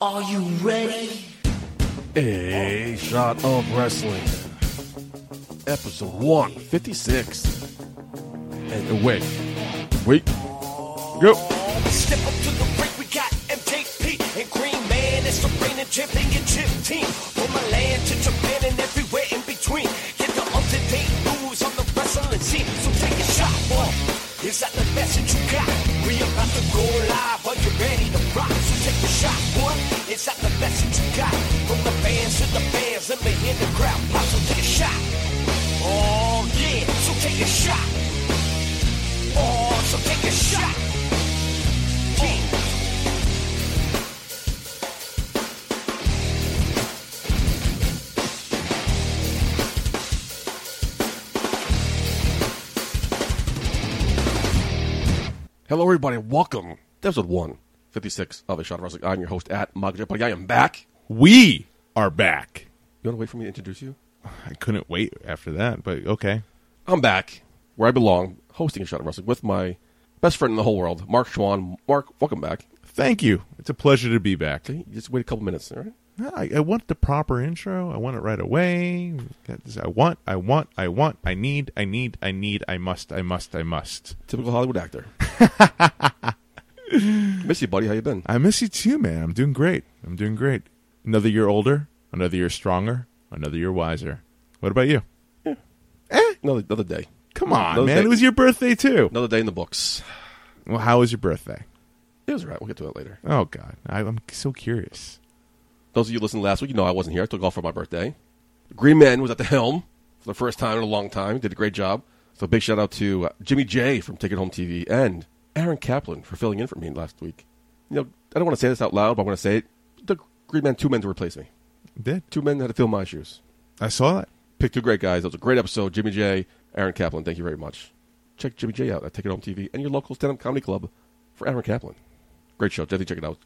Are you ready? A Shot of Wrestling, episode 156. And wait, wait, go. Step up to the break, we got MJP and Green Man. It's the reigning championship team. From Milan to Japan and everywhere in between. Get the up-to-date news on the wrestling scene. So take a shot, boy. Is that the message you got? We about to go live. Are you ready to rock? So take a shot, boy. Is that the message you got? From the fans to the fans, let me hear the crowd pop. So take a shot. Oh yeah, so take a shot. Oh, so take a shot. Yeah. Hello, everybody. Welcome to episode 156 of A Shot of Wrestling. I'm your host at Mike J. But I am back. We are back. You want to wait for me to introduce you? I couldn't wait after that, but okay. I'm back where I belong, hosting A Shot of Wrestling with my best friend in the whole world, Mark Schwann. Mark, welcome back. Thank you. It's a pleasure to be back. Okay, just wait a couple minutes, all right? I, I want the proper intro. I want it right away. Got this- I want, I want, I want, I need, I need, I need, I must, I must, I must. Typical Hollywood actor. Miss you, buddy. How you been? I miss you too, man. I'm doing great. I'm doing great. Another year older, another year stronger, another year wiser. What about you? Another, another day. Come on, Another man. day- It was your birthday too. Another day in the books. Well, how was your birthday? It was all right. We'll get to that later. Oh God, I, I'm so curious. Those of you listening last week, you know I wasn't here. I took off for my birthday. Green Man was at the helm for the first time in a long time. Did a great job. So big shout out to uh, Jimmy J from Take It Home TV and Aaron Kaplan for filling in for me last week. You know, I don't want to say this out loud, but I'm going to say it. It took Green Man two men to replace me. Did Two men had to fill my shoes. I saw that? Picked two great guys. That was a great episode. Jimmy J, Aaron Kaplan. Thank you very much. Check Jimmy J out at Take It Home TV and your local stand-up comedy club for Aaron Kaplan. Great show. Definitely check it out.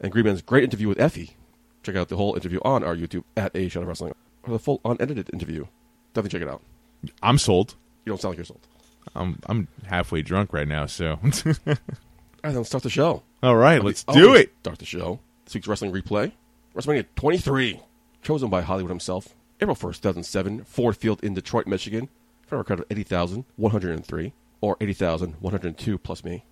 And Green Man's great interview with Effie. Check out the whole interview on our YouTube at A Shot of Wrestling or the full unedited interview. Definitely check it out. I'm sold. You don't sound like you're sold. I'm I'm halfway drunk right now, so All right, then let's start the show. all right, let's We do always it. Start the oh, show. This week's wrestling replay. WrestleMania 23, chosen by Hollywood himself, April 1st, 2007, Ford Field in Detroit, Michigan, for a record of 80,103, or 80,102 plus me.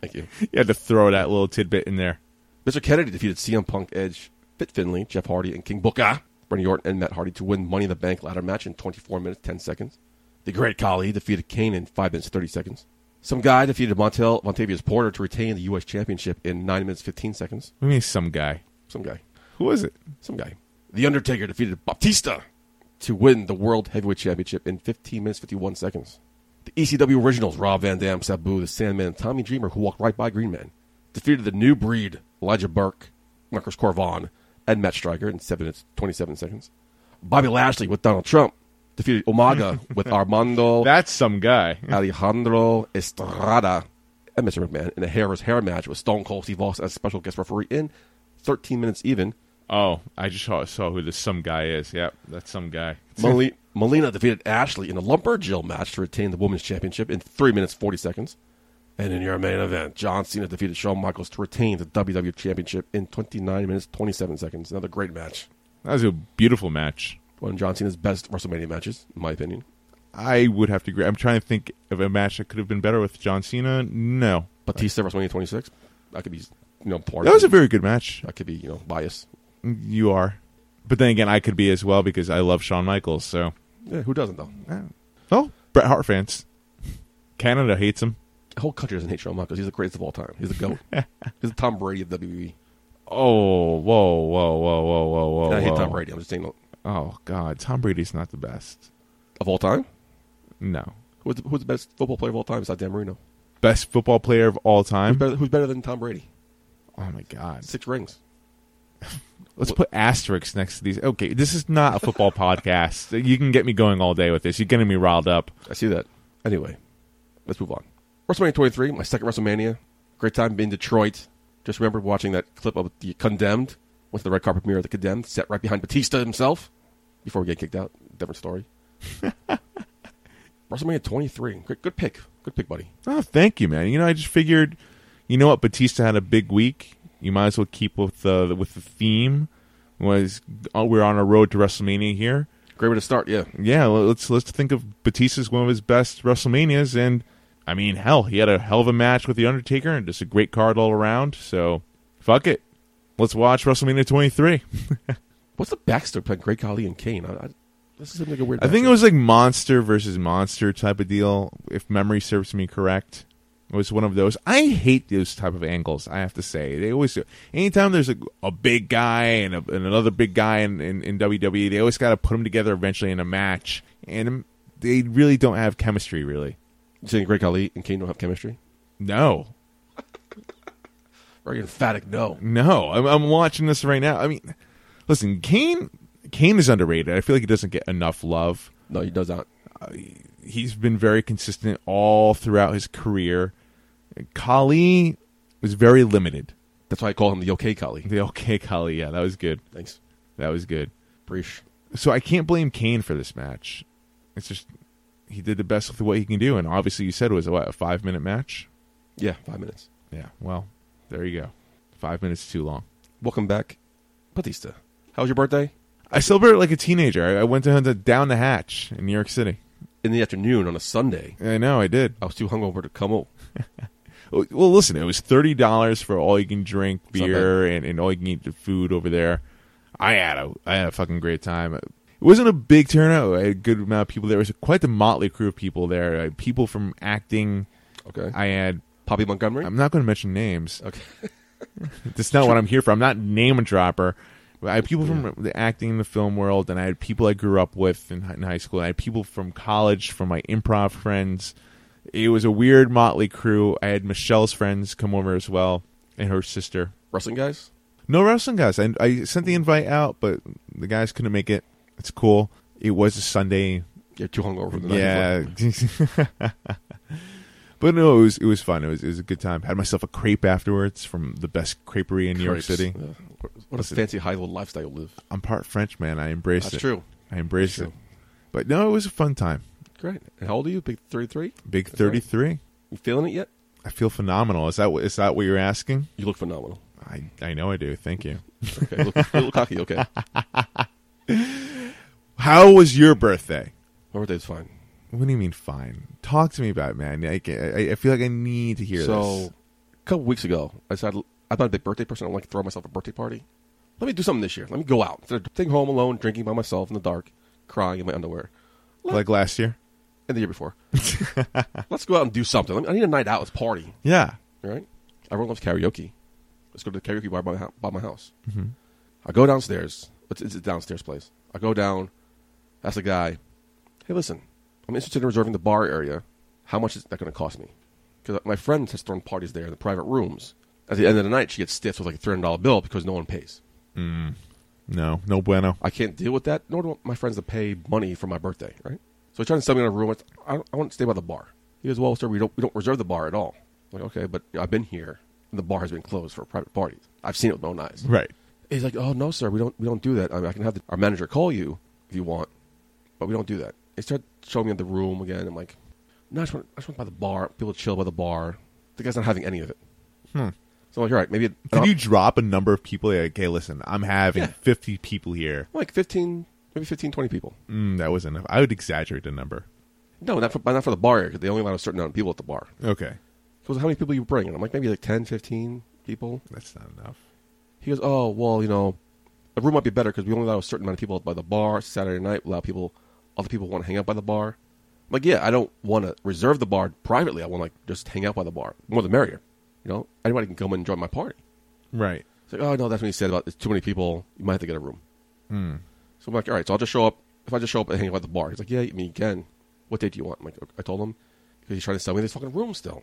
Thank you. You had to throw that little tidbit in there. Mr. Kennedy defeated CM Punk, Edge, Fit Finley, Jeff Hardy, and King Booker, Randy Orton, and Matt Hardy to win Money in the Bank ladder match in 24 minutes, 10 seconds. The Great Khali defeated Kane in 5 minutes, 30 seconds. Some guy defeated Montel Montavious Porter to retain the U.S. Championship in 9 minutes, 15 seconds. We mean some guy. Some guy. Who was it? Some guy. The Undertaker defeated Baptista to win the World Heavyweight Championship in 15 minutes 51 seconds. The ECW originals, Rob Van Dam, Sabu, The Sandman, and Tommy Dreamer, who walked right by Green Man, defeated the new breed, Elijah Burke, Marcus Corvon, and Matt Stryker in 7 minutes 27 seconds. Bobby Lashley with Donald Trump defeated Omaga with Armando That's some guy. Alejandro Estrada and Mr. McMahon in a hair is hair match with Stone Cold Steve Austin as special guest referee in 13 minutes even. Oh, I just saw, saw who this some guy is. Yep, that's some guy. Mali- Molina defeated Ashley in a Lumberjill match to retain the Women's Championship in 3 minutes 40 seconds. And in your main event, John Cena defeated Shawn Michaels to retain the WWE Championship in 29 minutes 27 seconds. Another great match. That was a beautiful match. One of John Cena's best WrestleMania matches, in my opinion. I would have to agree. I'm trying to think of a match that could have been better with John Cena. No, Batista WrestleMania 26. That could be, you know, part that was a of it. very good match. Um, That could be, you know, bias. You are, but then again, I could be as well because I love Shawn Michaels. So, Yeah, who doesn't, though? eh. oh, Bret Hart fans, Canada hates him. The whole country doesn't hate Shawn Michaels. He's the greatest of all time. He's the GOAT. He's the Tom Brady of WWE. Oh, whoa, whoa, whoa, whoa, whoa, whoa. And I hate whoa. Tom Brady. I'm just saying, Oh God, Tom Brady's not the best. of all time? No, Who's the, who's the best football player of all time? It's not Dan Marino. best football player of all time. Better- who's better than Tom Brady? Oh my God, Six rings. let's put asterisks next to these. Okay, this is not a football podcast. You can get me going all day with this. You're getting me riled up. I see that. Anyway, let's move on. WrestleMania 23, my second WrestleMania. Great time being in Detroit. Just remember watching that clip of the condemned. Went to the red carpet premiere of the condemned, sat right behind Batista himself before we get kicked out. Different story. WrestleMania 23. Good, good pick. Good pick, buddy. Oh, thank you, man. You know, I just figured, you know what, Batista had a big week. You might as well keep with the with the theme. Was oh, we're on a road to WrestleMania here? Great way to start, yeah. Yeah, l- let's let's think of Batista's one of his best WrestleManias, and I mean, hell, he had a hell of a match with the Undertaker, and just a great card all around. So, fuck it, let's watch WrestleMania 23. What's the backstory between Great Khali and Kane? I, I, this seems like a weird. I think it backstory. was like monster versus monster type of deal, if memory serves me correct. It was one of those. I hate those type of angles. I have to say, they always do. Anytime there's a, a big guy and, a, and another big guy in, in, in WWE, they always got to put them together eventually in a match, and they really don't have chemistry. Really, You saying Great Khali and Kane don't have chemistry. no, Very emphatic no. no. I'm, I'm watching this right now. I mean, listen, Kane. Kane is underrated. I feel like he doesn't get enough love. No, he does not. he's been very consistent all throughout his career. Kali was very limited. That's why I call him the OK Khali. The okay Kali, yeah, that was good. Thanks, That was good. Breesh. So I can't blame Kane for this match. It's just he did the best with what he can do, and obviously you said it was what a five minute match. Yeah, five minutes. Yeah, well, there you go. Five minutes is too long. Welcome back, Batista. How was your birthday? I celebrated like a teenager. I, I went to, to down the hatch in New York City. In the afternoon on a Sunday, I know I did. I Oh, was too hungover to come home. Well, listen, it was thirty dollars for all you can drink not beer and, and all you can eat food over there. I had a I had a fucking great time. It wasn't a big turnout. I had a good amount of people there. It was quite the motley crew of people there. I had people from acting. Okay, I had. Poppy Montgomery. I'm not going to mention names. okay, That's not what I'm here for. I'm not name a dropper. But I had people from the acting in the film world, and I had people I grew up with in, hi- in high school. I had people from college, from my improv friends. It was a weird motley crew. I had Michelle's friends come over as well, and her sister. wrestling guys. No wrestling guys. I, I sent the invite out, but the guys couldn't make it. It's cool. It was a Sunday You're too hungover. for The night yeah. but no, it was it was fun. It was it was a good time. Had myself a crepe afterwards from the best creperie in New York Crepes. City. Yeah. What a fancy high low lifestyle you live. I'm part French, man. I embrace That's it. true. I embrace That's it. But no, it was a fun time. Great. And how old are you? Big thirty three. Big That's right. 33. You feeling it yet? I feel phenomenal. Is that what- is that what you're asking? You look phenomenal. I I know I do. Thank you. Okay, you look, you look cocky. Okay, my How was your birthday? birthday's fine. What do you mean fine? Talk to me about it, man. I, I, I feel like I need to hear so, this. a couple weeks ago, I decided I'm not a big birthday person. I don't like to throw myself a birthday party. Let me do something this year. Let me go out instead of staying home alone, drinking by myself in the dark, crying in my underwear. Like last year? And the year before, let's go out and do something. Let me- I need a night out. Let's party. Yeah. right? Everyone loves karaoke. Let's go to the karaoke bar by my, hou- by my house. I go downstairs. It's, it's a downstairs place. I go down. Ask the guy, hey, listen, I'm interested in reserving the bar area. How much is that going to cost me? Because my friend has thrown parties there in the private rooms. At the end of the night, she gets stiffed with like a $300 bill because no one pays. No, no bueno. I can't deal with that, nor do I want my friends to pay money for my birthday, right? So he tried to sell me in a room. I, said, I, don't- I want to stay by the bar. He goes, well, sir, we don't, we don't reserve the bar at all. I'm like, okay, but you know, I've been here. And the bar has been closed for private parties. I've seen it with my own eyes. Right. He's like, oh, no, sir, we don't, we don't do that. I, mean, I can have the, our manager call you if you want, but we don't do that. He started showing me the room again. I'm like, no, I just want, I just want by the bar. People chill by the bar. The guy's not having any of it. So I'm like, all right, maybe. I Did don't- Hmm. you drop a number of people? Like, hey, listen, I'm having Yeah. 50 people here. like 15, maybe 15, 20 people. Mm, that was enough. I would exaggerate the number. No, not for, not for the bar. 'cause They only allow a certain amount of people at the bar. Okay. He goes, how many people you bring? And I'm like, maybe like 10, 15 people. That's not enough. He goes, oh, well, you know, a room might be better because we only allow a certain amount of people by the bar. Saturday night, we allow people, other people want to hang out by the bar. I'm like, yeah, I don't want to reserve the bar privately. I want to like just hang out by the bar. More the merrier. You know, anybody can come and join my party. Right. It's like, oh, no, that's what he said about it's too many people. You might have to get a room. So I'm like, all right, so I'll just show up. If I just show up and hang out at the bar, he's like, yeah, I mean, again, what date do you want? I'm like, I told him because he's trying to sell me this fucking room still.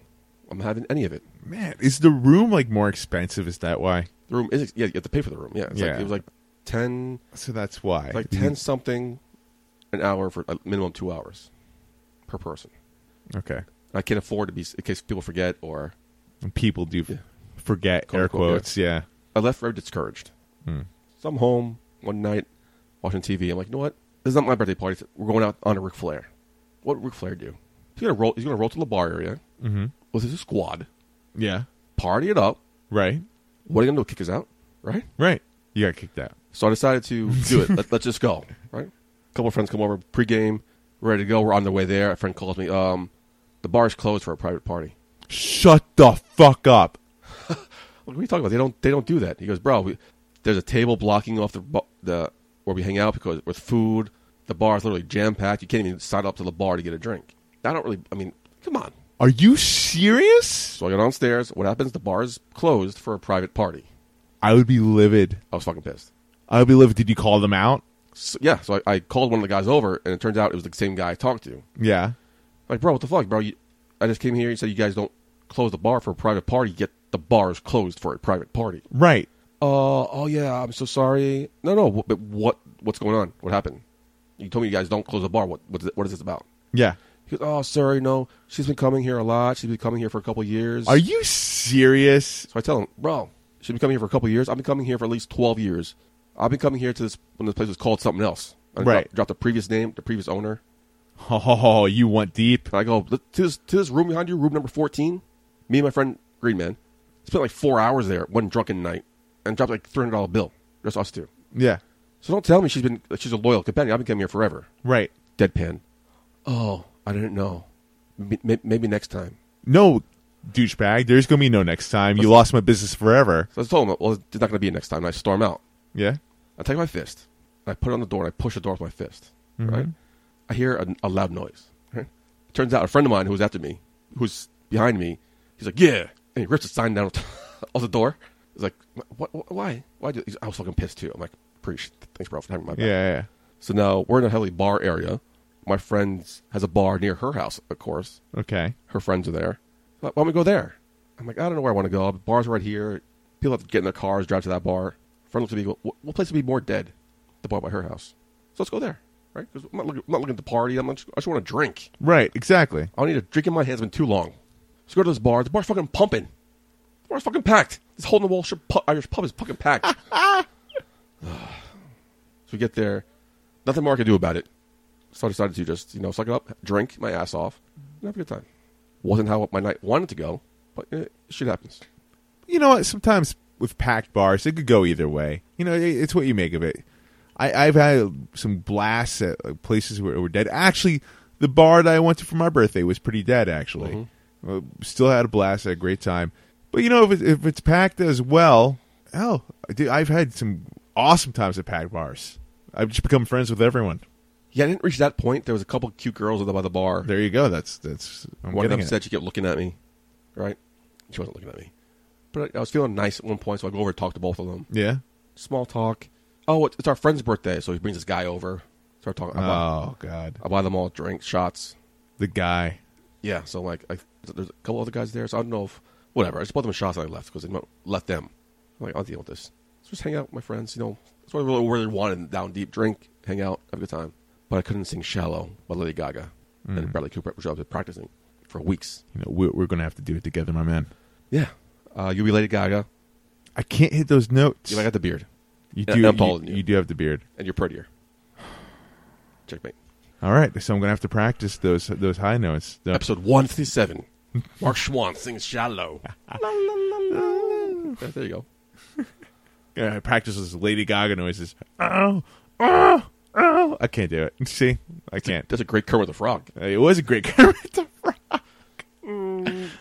I'm not having any of it. Man, is the room like more expensive? Is that why? The room is yeah. You have to pay for the room. Yeah, it's Yeah. Like, it was like ten, So that's why. it's like ten something an hour for a minimum two hours per person. Okay. And I can't afford to be in case people forget or And people do f- forget, Quote, air unquote, yeah. quotes. Yeah. I left very discouraged. So I'm home one night watching TV. I'm like, you know what? This is not my birthday party. We're going out on a Ric Flair. What would Ric Flair do? He's gonna roll. He's gonna roll to the bar area Mm-hmm. with his squad, Yeah. party it up, Right. What are you gonna do? Kick us out, right? Right. You got kicked out. So I decided to do it. Let, let's just go, right? A couple of friends come over pregame, ready to go. We're on the way there. A friend calls me. Um, the bar is closed for a private party. Shut the fuck up. What are you talking about? They don't. They don't do that. He goes, bro. We, there's a table blocking off the bu- the where we hang out because with food, the bar is literally jam packed. You can't even sign up to the bar to get a drink. I don't really. I mean, come on. Are you serious? So I go downstairs. What happens? The bar is closed for a private party. I would be livid. I was fucking pissed. I would be livid. Did you call them out? So, yeah. So I, I called one of the guys over, and it turns out it was the same guy I talked to. Yeah. Like, bro, what the fuck, bro? You, I just came here. You said you guys don't close the bar for a private party. Yet the bar is closed for a private party. Right. Uh, oh yeah, I'm so sorry. No, no, wh- but what what's going on? What happened? You told me you guys don't close the bar. What what's it, what is this about? Yeah. He goes, oh, sorry, no. She's been coming here a lot. She's been coming here for a couple years. Are you serious? so I tell him, bro, she's been coming here for a couple years. I've been coming here for at least twelve years. I've been coming here to this when this place was called something else. I Right. Dropped, dropped the previous name, the previous owner. Oh, you went deep. And I go to this to this room behind you, room number fourteen. Me and my friend Green Man spent like four hours there one drunken night and dropped like three hundred dollar bill. Just us two. Yeah. So don't tell me she's been that she's a loyal companion. I've been coming here forever. Right. Deadpan. Oh, I didn't know. M- m- maybe next time. No, douchebag. There's gonna be no next time. You lost my business forever. So I told him, well, it's not going to be a next time. And I storm out. Yeah. I take my fist. And I put it on the door and I push the door with my fist. Right. I hear a, a loud noise. Right? Turns out a friend of mine who was after me, who's behind me, he's like, yeah, and he rips a sign down on the door. He's like, what? what why? Why? Do, he's- I was fucking pissed too. I'm like, appreciate. Thanks, bro, for having my back. Yeah. yeah. So now we're in a heavily bar area. My friend has a bar near her house, of course. Okay. Her friends are there. Why why don't we go there? I'm like, I don't know where I want to go. The bar's right here. People have to get in their cars, drive to that bar. Friend looks at me, go, what, what place would be more dead? The bar by her house. So let's go there, right? 'Cause I'm not looking, I'm not looking at the party. I'm not, I just want to drink. Right. Exactly. I don't need a drink in my hands. It's been too long. Let's go to this bar. The bar's fucking pumping. The bar's fucking packed. This hole in the wall sh- pu- Irish pub is fucking packed. so we get there. Nothing more I could do about it. So I decided to just, you know, suck it up, drink my ass off, and have a good time. Wasn't how my night wanted to go, but eh, shit happens. you know what? Sometimes with packed bars, it could go either way. You know, it, it's what you make of it. I, I've had some blasts at like, places where were dead. Actually, the bar that I went to for my birthday was pretty dead. Actually, Mm-hmm. Uh, still had a blast, had a great time. But you know, if, it, if it's packed as well, hell, dude, I've had some awesome times at packed bars. I've just become friends with everyone. Yeah, I didn't reach that point. There was a couple cute girls by the bar. There you go. That's that's. I'm One of them getting it. said she kept looking at me, right? She wasn't looking at me. But I, I was feeling nice at one point, so I go over and talk to both of them. "Yeah." small talk. Oh, it's it's our friend's birthday, so he brings this guy over. Start talking. I, buy, Oh God, I buy them all drinks, shots. the guy. Yeah, so like, I, there's a couple other guys there, so I don't know if whatever. I just bought them shots and I left because I don't- left them. I'm like, I'll deal with this. So just hang out with my friends. You know, that's what I really, really wanted. Down deep, drink, hang out, have a good time. But I couldn't sing "Shallow" by Lady Gaga and Bradley Cooper, which I was practicing for weeks. You know, we're, we're gonna have to do it together, my man. Yeah, uh, you be Lady Gaga. I can't hit those notes. You know, I got the beard, You Yeah, do. I'm you, taller than you. you do have the beard. and you're prettier. Checkmate. All right, so I'm gonna have to practice those those high notes. The- Episode 157. Mark Schwann sings Shallow. Yeah, there you go. Yeah, I practice those Lady Gaga noises. Oh, oh, oh! I can't do it. See, I can't. That's a great Kermit the Frog. Uh, It was a great Kermit the Frog.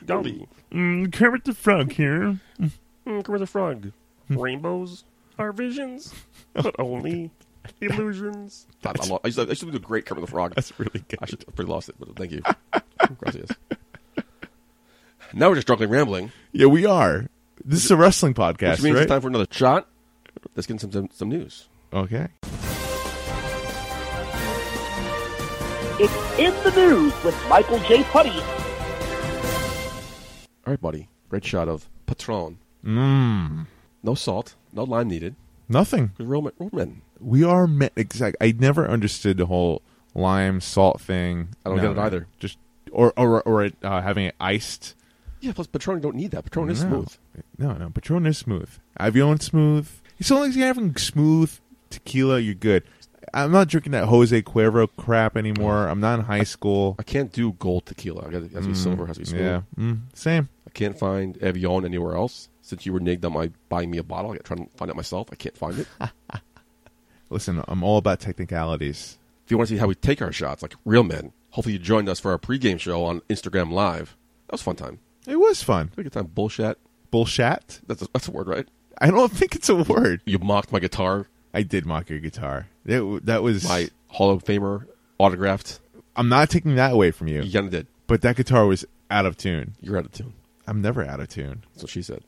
Gumby. Mm, Kermit the Frog here. Hmm. Mm, Kermit the Frog. Rainbows are visions, but only illusions. I, I, lo- I used to, I used to do a great Kermit the Frog. That's really good. I should I pretty lost it, but thank you. Gracias. Now we're just drunkenly rambling. Yeah, we are. This is a wrestling podcast, Which means right? it's time for another shot. Let's get some some, some news. Okay. It's in the news with Michael J. Putty. All right, buddy. Great shot of Patron. Mm, No salt, no lime needed. nothing. Good Roman. Roman. We are met. Exactly. I never understood the whole lime salt thing. I don't get it either. Just or or or it, uh, having it iced. Yeah, plus Patron, you don't need that. Patron is no. smooth. No, no, Patron is smooth. Avion smooth. So long as you're having smooth tequila, you're good. I'm not drinking that Jose Cuervo crap anymore. I'm not in high school. I can't do Mm. gold tequila. I got it has to be silver, it has to be smooth. Yeah, mm, same. I can't find Evian anywhere else. Since you reneged on my buying me a bottle, I'm trying to find it myself. I can't find it. if Listen, I'm all about technicalities. you want to see how we take our shots, like real men, hopefully you joined us for our pregame show on Instagram Live. That was a fun time. It was fun. Had a good time. Bullshat. Bullshat? That's a, that's a word, right? I don't think it's a word. You mocked my guitar, I did mock your guitar. That w that was. my Hall of Famer autographed. I'm not taking that away from you. You kind of did. But that guitar was out of tune. You're out of tune. I'm never out of tune. That's what she said.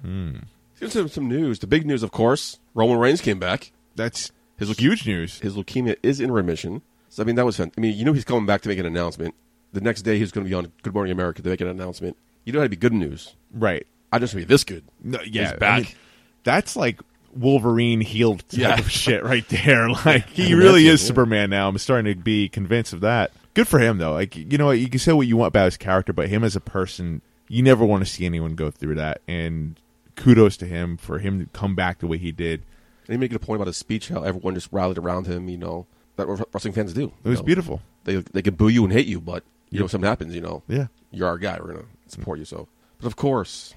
Hmm. Here's some, some news. The big news, of course, Roman Reigns came back. That's His his look- huge news. His leukemia is in remission. So I mean, that was fun. I mean, you know, he's coming back to make an announcement. The next day, he's going to be on Good Morning America to make an announcement. You know, that'd be good news. Right. I just be this good. No, yeah, he's back. I mean, that's like Wolverine healed type Yeah. of shit right there. Like he mean, really that's is it, yeah. Superman now. I'm starting to be convinced of that. Good for him though. Like you know, what, you can say what you want about his character, but him as a person, you never want to see anyone go through that. And kudos to him for him to come back the way he did. And he made a point about his speech, how everyone just rallied around him. You know, that what wrestling fans do. It you was know. beautiful. They they can boo you and hate you, but you know, if something happens, you know, Yeah. you're our guy. We're gonna support you. So, but of course,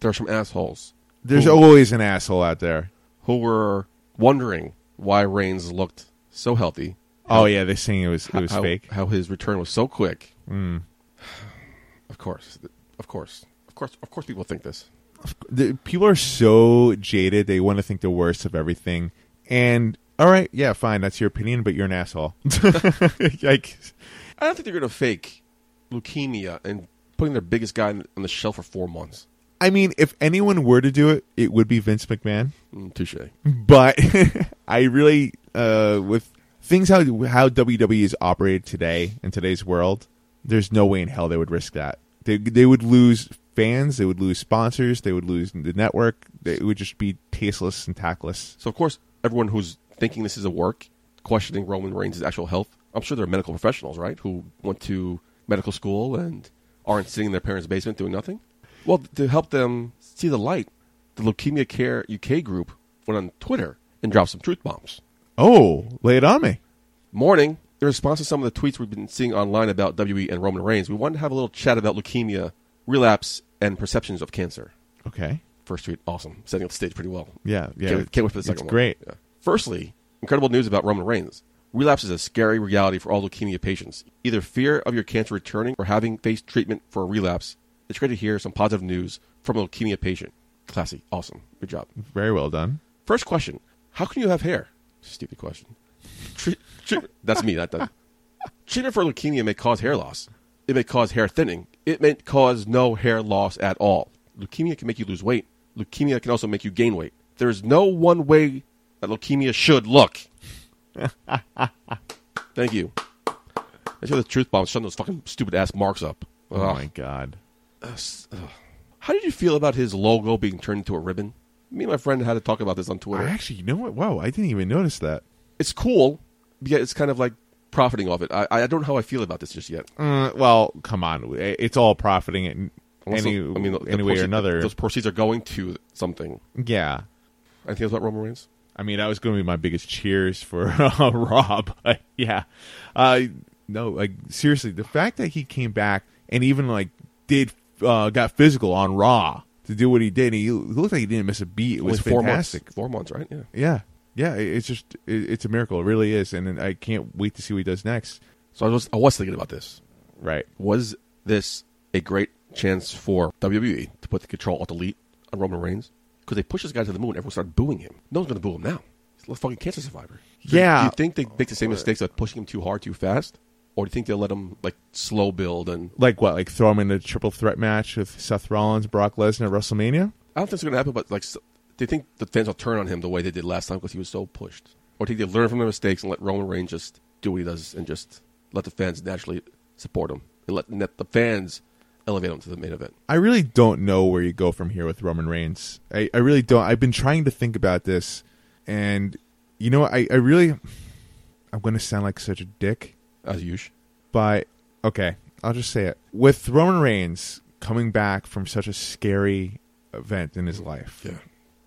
there are some assholes There's Ooh. always an asshole out there. who were wondering why Reigns looked so healthy. Oh yeah, they're saying it was it was how, fake. Hmm. How his return was so quick. Of course, of course, of course, of course, people think this. the, people are so jaded they want to think the worst of everything and all right yeah fine that's your opinion but you're an asshole like I don't think they're going to fake leukemia and putting their biggest guy on on the shelf for four months. i mean if anyone were to do it it would be vince mcmahon Mm, touche. but i really uh with things how how wwe is operated today in today's world there's no way in hell they would risk that they, they would lose fans they would lose sponsors they would lose the network they, it would just be tasteless and tactless So of course, everyone who's thinking this is a work, questioning Roman Reigns' actual health. I'm sure there are medical professionals, right, who went to medical school and aren't sitting in their parents' basement doing nothing. Well, to help them see the light, the Leukemia Care UK group went on Twitter and dropped some truth bombs. oh lay it on me morning. In response to some of the tweets we've been seeing online about WWE and Roman Reigns, we wanted to have a little chat about leukemia, relapse, and perceptions of cancer. okay First tweet, awesome. Setting up the stage pretty well. Yeah, yeah. Can't, can't wait for the It's second one. great. Yeah. Firstly, incredible news about Roman Reigns. Relapse is a scary reality for all leukemia patients. Either fear of your cancer returning or having faced treatment for a relapse, it's great to hear some positive news from a leukemia patient. Classy. Awesome. Good job. Very well done. First question: How can you have hair? Stupid question. Tre- tre- that's me. That, that. Treatment for leukemia may cause hair loss. It may cause hair thinning. It may cause no hair loss at all. Leukemia can make you lose weight. Leukemia can also make you gain weight. There is no one way that leukemia should look. Thank you. That's the truth bomb. Shutting those fucking stupid ass marks up. Oh, Ugh. my god. How did you feel about his logo being turned into a ribbon? Me and my friend had to talk about this on Twitter. I actually, you know what? Wow, I didn't even notice that. it's cool, yet it's kind of like profiting off it. I, I don't know how I feel about this just yet. Uh, well, come on, it's all profiting in Unless any, the- the- the any way or proceeds- another. Those proceeds are going to something. yeah, Anything else about Roman Reigns? I mean, that was going to be my biggest cheers for uh, Rob. yeah, uh, no, like seriously, the fact that he came back and even like did uh, got physical on Raw to do what he did, and he looked like he didn't miss a beat. It was Only four fantastic. months. Four months, right? Yeah. Yeah, yeah, it- it's just it, it's a miracle. It really is, and I can't wait to see what he does next. So I was I was thinking about this. Right. Was this a great chance for WWE to put the control alt delete on Roman Reigns? Because they pushed this guy to the moon, everyone started booing him. No one's going to boo him now. He's a fucking cancer survivor. Do you- Yeah. Do you think they make the same mistakes of pushing him too hard, too fast, or do you think they'll let him like slow build and like what? Like throw him in a triple threat match with Seth Rollins, Brock Lesnar, at WrestleMania? I don't think it's going to happen, but like, s- do you think the fans will turn on him the way they did last time because he was so pushed? Or do you think they learn from their mistakes and let Roman Reigns just do what he does and just let the fans naturally support him and let, let the fans elevate him to the main event? I really don't know where you go from here with Roman Reigns. I, I really don't. I've been trying to think about this, and you know, I, I really, I'm going to sound like such a dick, As usual. but okay, I'll just say it. With Roman Reigns coming back from such a scary event in his life,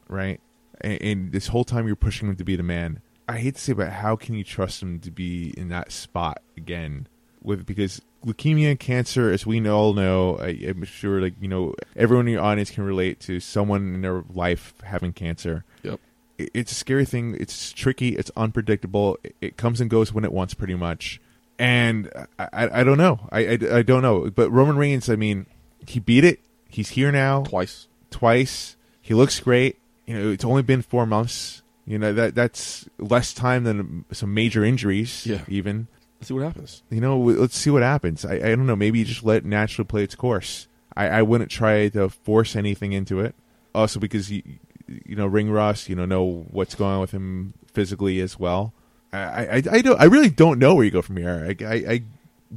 right? And, and this whole time you're pushing him to be the man. I hate to say, but how can you trust him to be in that spot again? with because leukemia and cancer, as we all know, I, I'm sure like you know everyone in your audience can relate to someone in their life having cancer. Yep. It- It's a scary thing. It's tricky. It's unpredictable. It- It comes and goes when it wants, pretty much. And I, I, I don't know. I, I, I don't know. But Roman Reigns, I mean, he beat it. He's here now Twice. twice. He looks great. You know, it's only been four months. You know that that's less time than some major injuries. Yeah. Even Let's see what happens. you know, w- let's see what happens. I, I don't know. Maybe you just let it naturally play its course. I, I wouldn't try to force anything into it. Also, because you you know Ring Rust, you know know what's going on with him physically as well. I I, I- I don't. I really don't know where you go from here. I, I,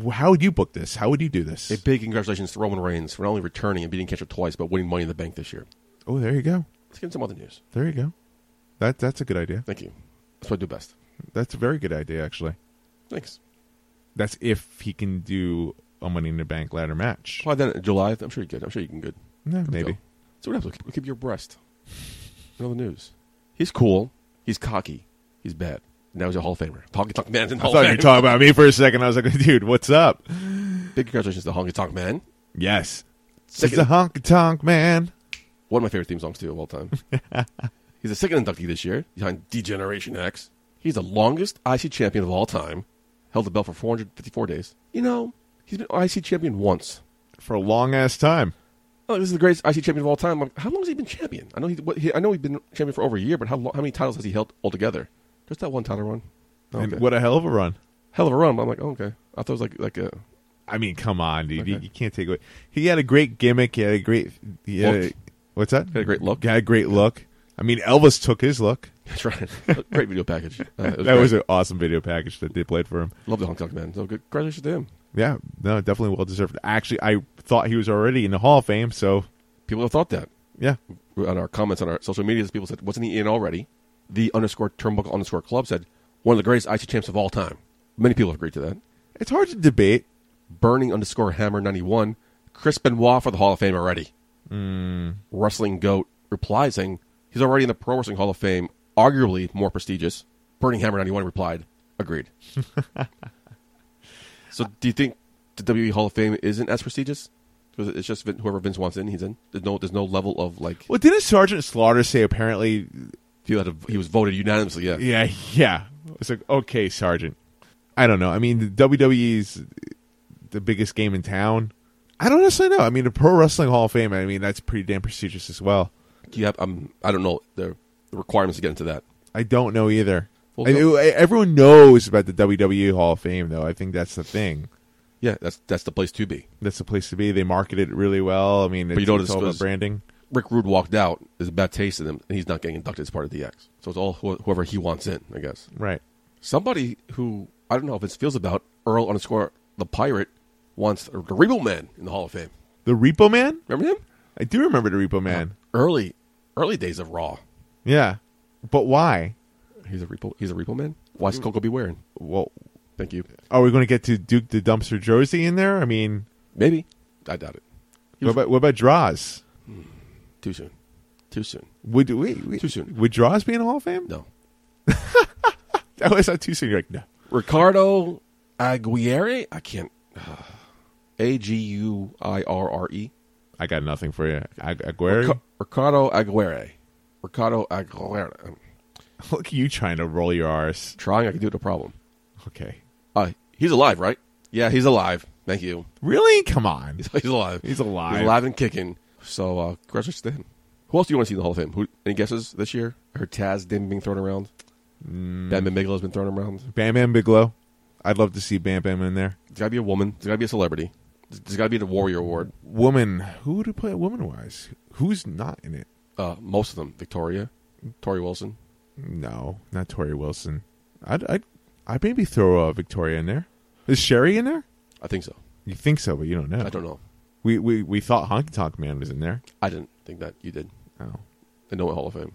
I how would you book this? How would you do this? A big congratulations to Roman Reigns for not only returning and beating Catcher twice, but winning Money in the Bank this year. oh, there you go. Let's get into some other news. There you go. That that's a good idea. Thank you. That's what I do best. That's a very good idea, actually. Thanks. That's if he can do a Money in the Bank ladder match. Probably done it in July. I'm sure you could. I'm sure you can good. Yeah, Good maybe. deal. So what happens? We'll keep your breast. Another news. He's cool. He's cocky. He's bad. Now he's a Hall of Famer. Honky Tonk Man's in the I Hall thought of you were Fame. talking about me for a second. I was like, dude, what's up? Big congratulations to Honky Tonk Man. Yes. It's Second, a honky tonk man. one of my favorite theme songs too of all time. he's the second inductee this year behind Degeneration X. He's the longest IC champion of all time. Held the belt for 454 days. You know, he's been IC champion once. For a long ass time. Oh, this is the greatest IC champion of all time. Like, how long has he been champion? I know he, what, he, I know he's been champion for over a year, but how, lo- how many titles has he held altogether? Just that one title run. And Okay. what a hell of a run. hell of a run. But I'm like, oh, okay. I thought it was like like a I mean, come on, dude. You, Okay. you can't take away. He had a great gimmick. He had a great. He had a, Look. what's that? had a great look. He had a great look. I mean, Elvis took his look. that's right. A great video package. Uh, it that was great. an awesome video package that they played for him. love the Hong Kong man. So good. congratulations to him. Yeah, no, definitely well deserved. Actually, I thought he was already in the Hall of Fame, so People have thought that yeah, on our comments on our social medias. People said, wasn't he in already? The underscore turnbuckle underscore club said one of the greatest IC champs of all time. Many people have agreed to that. it's hard to debate. Burning underscore hammer ninety one. Chris Benoit for the Hall of Fame already. Wrestling goat replied saying he's already in the Pro Wrestling Hall of Fame, arguably more prestigious. Burning hammer ninety one replied, agreed. so do you think the WWE Hall of Fame isn't as prestigious? Because it's just Vin- whoever Vince wants in, he's in. There's no, there's no level of like Well, didn't Sergeant Slaughter say apparently? feel that he was voted unanimously. Yeah, Yeah, yeah. It's like okay, Sergeant. I don't know. I mean, the WWE's the biggest game in town. I don't necessarily know. I mean, the Pro Wrestling Hall of Fame. I mean, that's pretty damn prestigious as well. Do you have? Um, I don't know the, the requirements to get into that. I don't know either. Well, I- e-, no. everyone knows about the WWE Hall of Fame, though. I think that's the thing. Yeah, that's that's the place to be. That's the place to be. They market it really well. I mean, it's, you don't it's all about disclose- branding. Rick Rude walked out. There's a bad taste in him, and he's not getting inducted as part of DX. So it's all wh- whoever he wants in, I guess. Right. Somebody who I don't know if Vince feels about Earl underscore the Pirate wants the Regal Man in the Hall of Fame. The Repo Man? Remember him? I do remember the Repo Man. Early, early days of Raw. Yeah. But why? He's a repo. He's a repo man. Why's Coco be wearing? Well, Thank you. are we going to get to Duke the Dumpster Josie in there? I mean, Maybe I doubt it. what about, what about Draws? Too soon. Too soon. Would we, we- Too soon. Would Draws be in the Hall of Fame? No. That was not too soon. You're like, no. Ricardo Aguirre. I can't. A G U I R R E. I got nothing for you. Ag- Aguirre? Rica- Ricardo Aguirre. Ricardo Aguirre. I'm Look at you trying to roll your R's. trying. I can do it. No problem. Okay. Uh, he's alive, right? Yeah, he's alive. Thank you. Really? Come on. He's, he's alive. He's alive. He's alive and kicking. So uh, congratulations to him. Who else do you want to see in the Hall of Fame? Who, any guesses this year? I heard Taz Dim being thrown around. Mm. Batman Bigelow has been thrown around. Bam Bam Bigelow. I'd love to see Bam Bam in there. There's got to be a woman. There's got to be a celebrity. There's, there's got to be the Warrior Award. Woman. Who would play woman wise? Who's not in it? Uh, most of them. Victoria, Tori Wilson. No, not Tori Wilson. I'd, I'd, I'd maybe throw uh, Victoria in there. Is Sherry in there? I think so. You think so, but you don't know. I don't know. We we, we thought Honky Tonk Man was in there. I didn't think that. You did. Oh, The Noah Hall of Fame.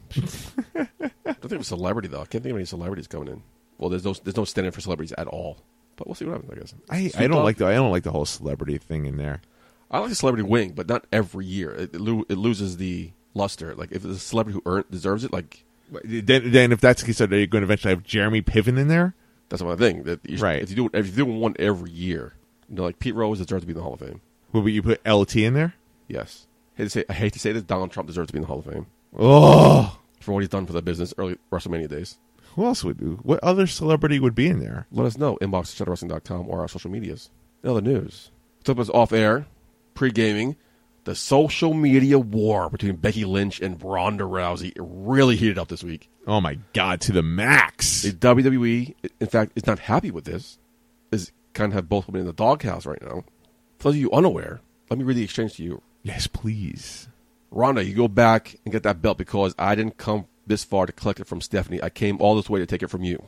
I don't think of a celebrity though. I can't think of any celebrities coming in. Well, there's no there's no standard for celebrities at all. But we'll see what happens. I guess. I, Snoop I don't Dogg? like the I don't like the whole celebrity thing in there. I like the celebrity wing, but not every year. It, it, lo- it loses the luster. Like if it's a celebrity who earned, deserves it, like But Then, then if that's the case, are they going to eventually have Jeremy Piven in there? that's my thing. That you, Right. If you do it- if you do one every year, You know, like Pete Rose deserves to be in the Hall of Fame. What, but you put LT in there? Yes. I hate to say, I hate to say this, Donald Trump deserves to be in the Hall of Fame Oh, for what he's done for the business early WrestleMania days. who else would? What other celebrity would be in there? Let us know. Inbox at shutterwrestling.com or our social medias. In other news, took us off air, pre gaming. The social media war between Becky Lynch and Ronda Rousey really heated up this week. Oh my God, to the max. The WWE, in fact, is not happy with this. Is kind of have both women in the doghouse right now. For those of you unaware, let me read the exchange to you. yes, please. Ronda, you go back and get that belt because I didn't come this far to collect it from Stephanie. I came all this way to take it from you.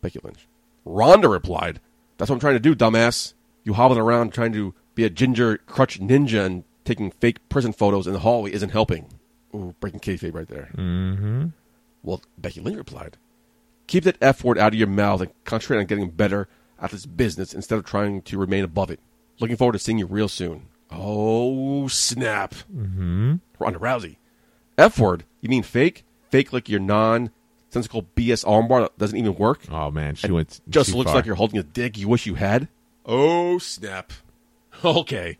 Becky Lynch. Ronda replied, That's what I'm trying to do, dumbass. You hobbling around trying to be a ginger crutch ninja and taking fake prison photos in the hallway isn't helping. Ooh, breaking kayfabe right there. Mm-hmm. Well, Becky Lynch replied, Keep that F word out of your mouth and concentrate on getting better at this business instead of trying to remain above it. Looking forward to seeing you real soon. Oh, snap. Ronda Rousey. F word? You mean fake? Fake like your nonsensical BS armbar that doesn't even work? Oh man, she It went just too looks far. like you're holding a dick you wish you had. Oh snap! Okay,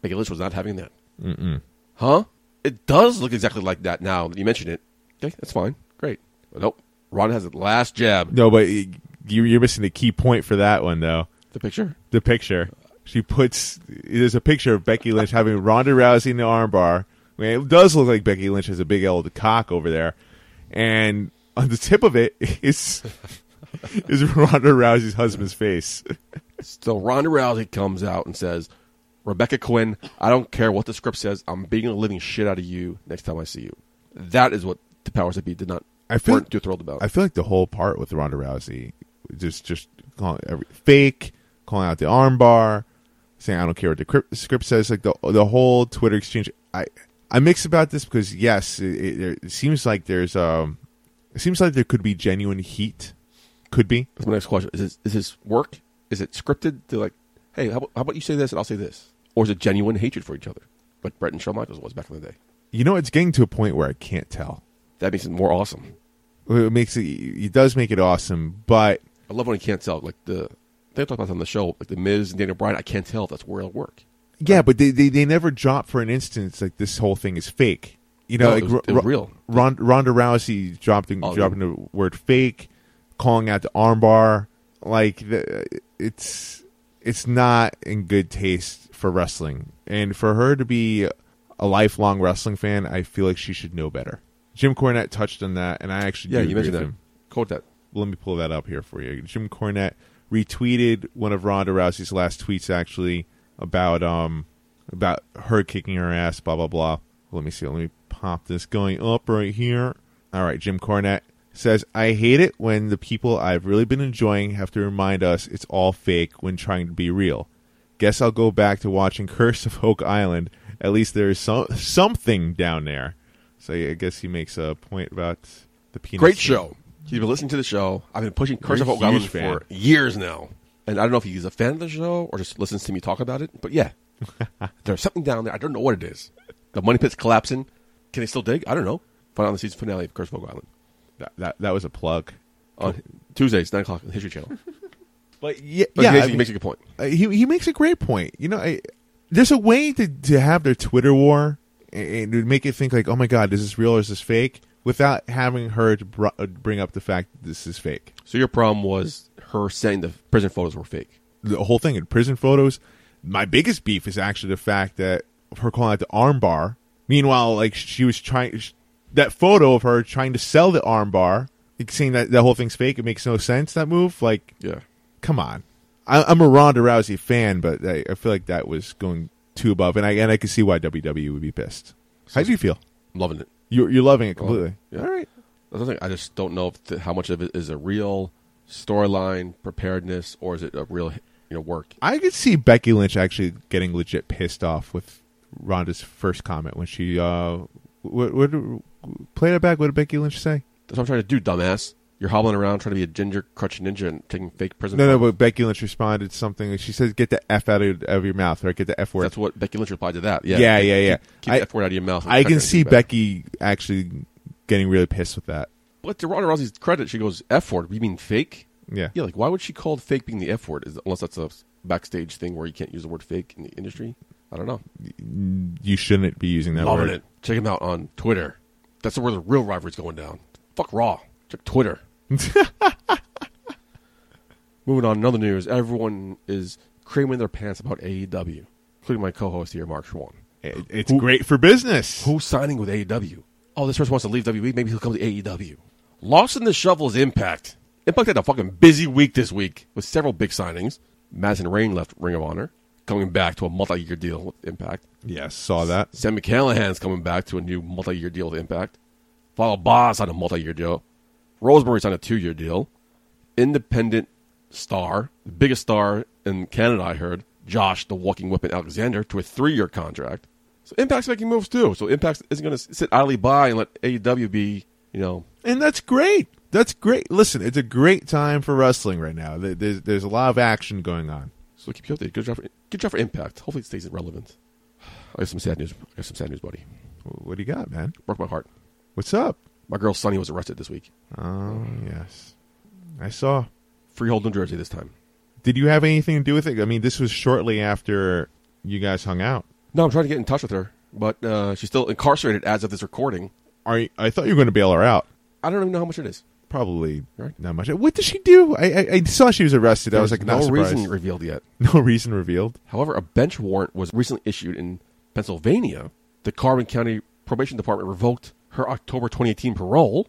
Becky Lynch was not having that. Mm-mm. Huh? It does look exactly like that now that you mention it. Okay, that's fine. Great. But nope. Ron has the last jab. No, but you, you're missing the key point for that one though. The picture. The picture. She puts. There's a picture of Becky Lynch having Ronda Rousey in the armbar. I mean, it does look like Becky Lynch has a big old cock over there, and on the tip of it is is Ronda Rousey's husband's face. So Ronda Rousey comes out and says, Rebecca Quinn, I don't care what the script says. I'm beating the living shit out of you next time I see you. That is what the powers that be did not I feel- weren't too thrilled about. I feel like the whole part with Ronda Rousey, just just calling every fake, calling out the armbar, saying I don't care what the crypt, script says. Like the the whole Twitter exchange. I I mix about this because yes, it, it, there- it seems like there's um, it seems like there could be genuine heat, could be. That's my next question. Is this, is this work? Is it scripted? They're like, hey, how, about- how about you say this and I'll say this? Or is it genuine hatred for each other? Like Bret and Shawn Michaels was back in the day. You know, it's getting to a point where I can't tell. That makes it more awesome. It makes it. It does make it awesome, but I love when you can't tell. Like the they talked about this on the show, like the Miz and Daniel Bryan. I can't tell if that's real work. Yeah, but they, they, they never drop for an instance like this whole thing is fake. You know, No, like it was- Ro- it was Ro- real. Ron, Ronda Rousey dropping Oh, dropping the word fake, calling out the armbar. Like the, it's it's not in good taste for wrestling, and for her to be a lifelong wrestling fan, I feel like she should know better. Jim Cornette touched on that, and I actually Yeah, do you agree mentioned with that. him Quote that. let me pull that up here for you. Jim Cornette retweeted one of Ronda Rousey's last tweets actually about um about her kicking her ass, blah blah blah. Let me see. Let me pop this going up right here. All right, Jim Cornette says, "I hate it when the people I've really been enjoying have to remind us it's all fake when trying to be real. Guess I'll go back to watching Curse of Oak Island. At least there is some something down there." So yeah, I guess he makes a point about the penis. Great show. You've been listening to the show. I've been pushing Curse of You're a Oak Island huge fan. for years now. And I don't know if he's a fan of the show or just listens to me talk about it, but yeah. There's something down there. I don't know what it is. The money pit's collapsing. Can they still dig? I don't know. Find out on the season finale of Curse of Oak Island That that, that was a plug. on Tuesdays, 9 o'clock on the History Channel. But yeah, But yeah he, makes, I he mean, makes a good point. uh, he he makes a great point. You know, I, there's a way to to have their Twitter war and, and to make it think like, oh my god, is this real or is this fake? Without having her to br- uh, bring up the fact that this is fake. So your problem was her saying the prison photos were fake. The whole thing in prison photos. My biggest beef is actually the fact that of her calling out the armbar. Meanwhile, like she was trying sh- that photo of her trying to sell the armbar, like, saying that that whole thing's fake. It makes no sense. That move, like, Yeah. come on. I, I'm a Ronda Rousey fan, but I, I feel like that was going too above, and I and I can see why WWE would be pissed. How do you feel? I'm loving it. You're, you're loving it completely. Yeah. All right. That's the thing. I just don't know if the, how much of it is a real storyline preparedness or is it a real you know work. I could see Becky Lynch actually getting legit pissed off with Ronda's first comment when she uh, what, what play that back. What did Becky Lynch say? That's what I'm trying to do, dumbass. You're hobbling around trying to be a ginger crutch ninja and taking fake prison. No, no, photos. but Becky Lynch responded something. She says, "Get the f out of, of your mouth," right? Get the f word. that's what Becky Lynch replied to that. Yeah, Yeah, yeah, yeah. Keep, keep I- the F word out of your mouth. and I try can to see do better. Becky actually getting really pissed with that. But to Ronda Rousey's credit, she goes F word. You mean fake? Yeah. Yeah, like why would she call fake being the F word? Is unless that's a backstage thing where you can't use the word fake in the industry. I don't know. You shouldn't be using that Loving word. it. Check him out on Twitter. That's where the real rivalry's going down. Fuck Raw. Check Twitter. Moving on, another news. Everyone is creaming their pants about AEW, including my co-host here, Mark Schwann. It- It's great for business. Who's signing with AEW? Oh, this person wants to leave WWE. Maybe he'll come to AEW. Lost in the Shovel's Impact. Impact had a fucking busy week this week with several big signings. Madison Rain left Ring of Honor, coming back to a multi-year deal with Impact. Yes, saw that. Sammy Callahan's coming back to a new multi-year deal with Impact. Follow Boss on a multi-year deal. Rosemary's on a two-year deal. Independent star, the biggest star in Canada, I heard, Josh the Walking Weapon Alexander, to a three-year contract. So Impact's making moves too. So Impact isn't going to sit idly by and let AEW be, you know, And that's great. That's great. Listen, it's a great time for wrestling right now. There- There's, there's a lot of action going on. So keep you updated. Good job for good job for Impact. Hopefully it stays relevant. I got some sad news. I got some sad news, buddy. What do you got, man? Broke my heart. What's up? My girl Sunny was arrested this week. Oh, yes. I saw. Freehold, New Jersey this time. Did you have anything to do with it? I mean, this was shortly after you guys hung out. No, I'm trying to get in touch with her, but uh, she's still incarcerated as of this recording. Are you, I thought you were going to bail her out. I don't even know how much it is. Probably Right. not much. What did she do? I, I, I saw she was arrested. I was like, no not surprised. reason revealed yet. No reason revealed. However, a bench warrant was recently issued in Pennsylvania. The Carbon County Probation Department revoked her October 2018 parole.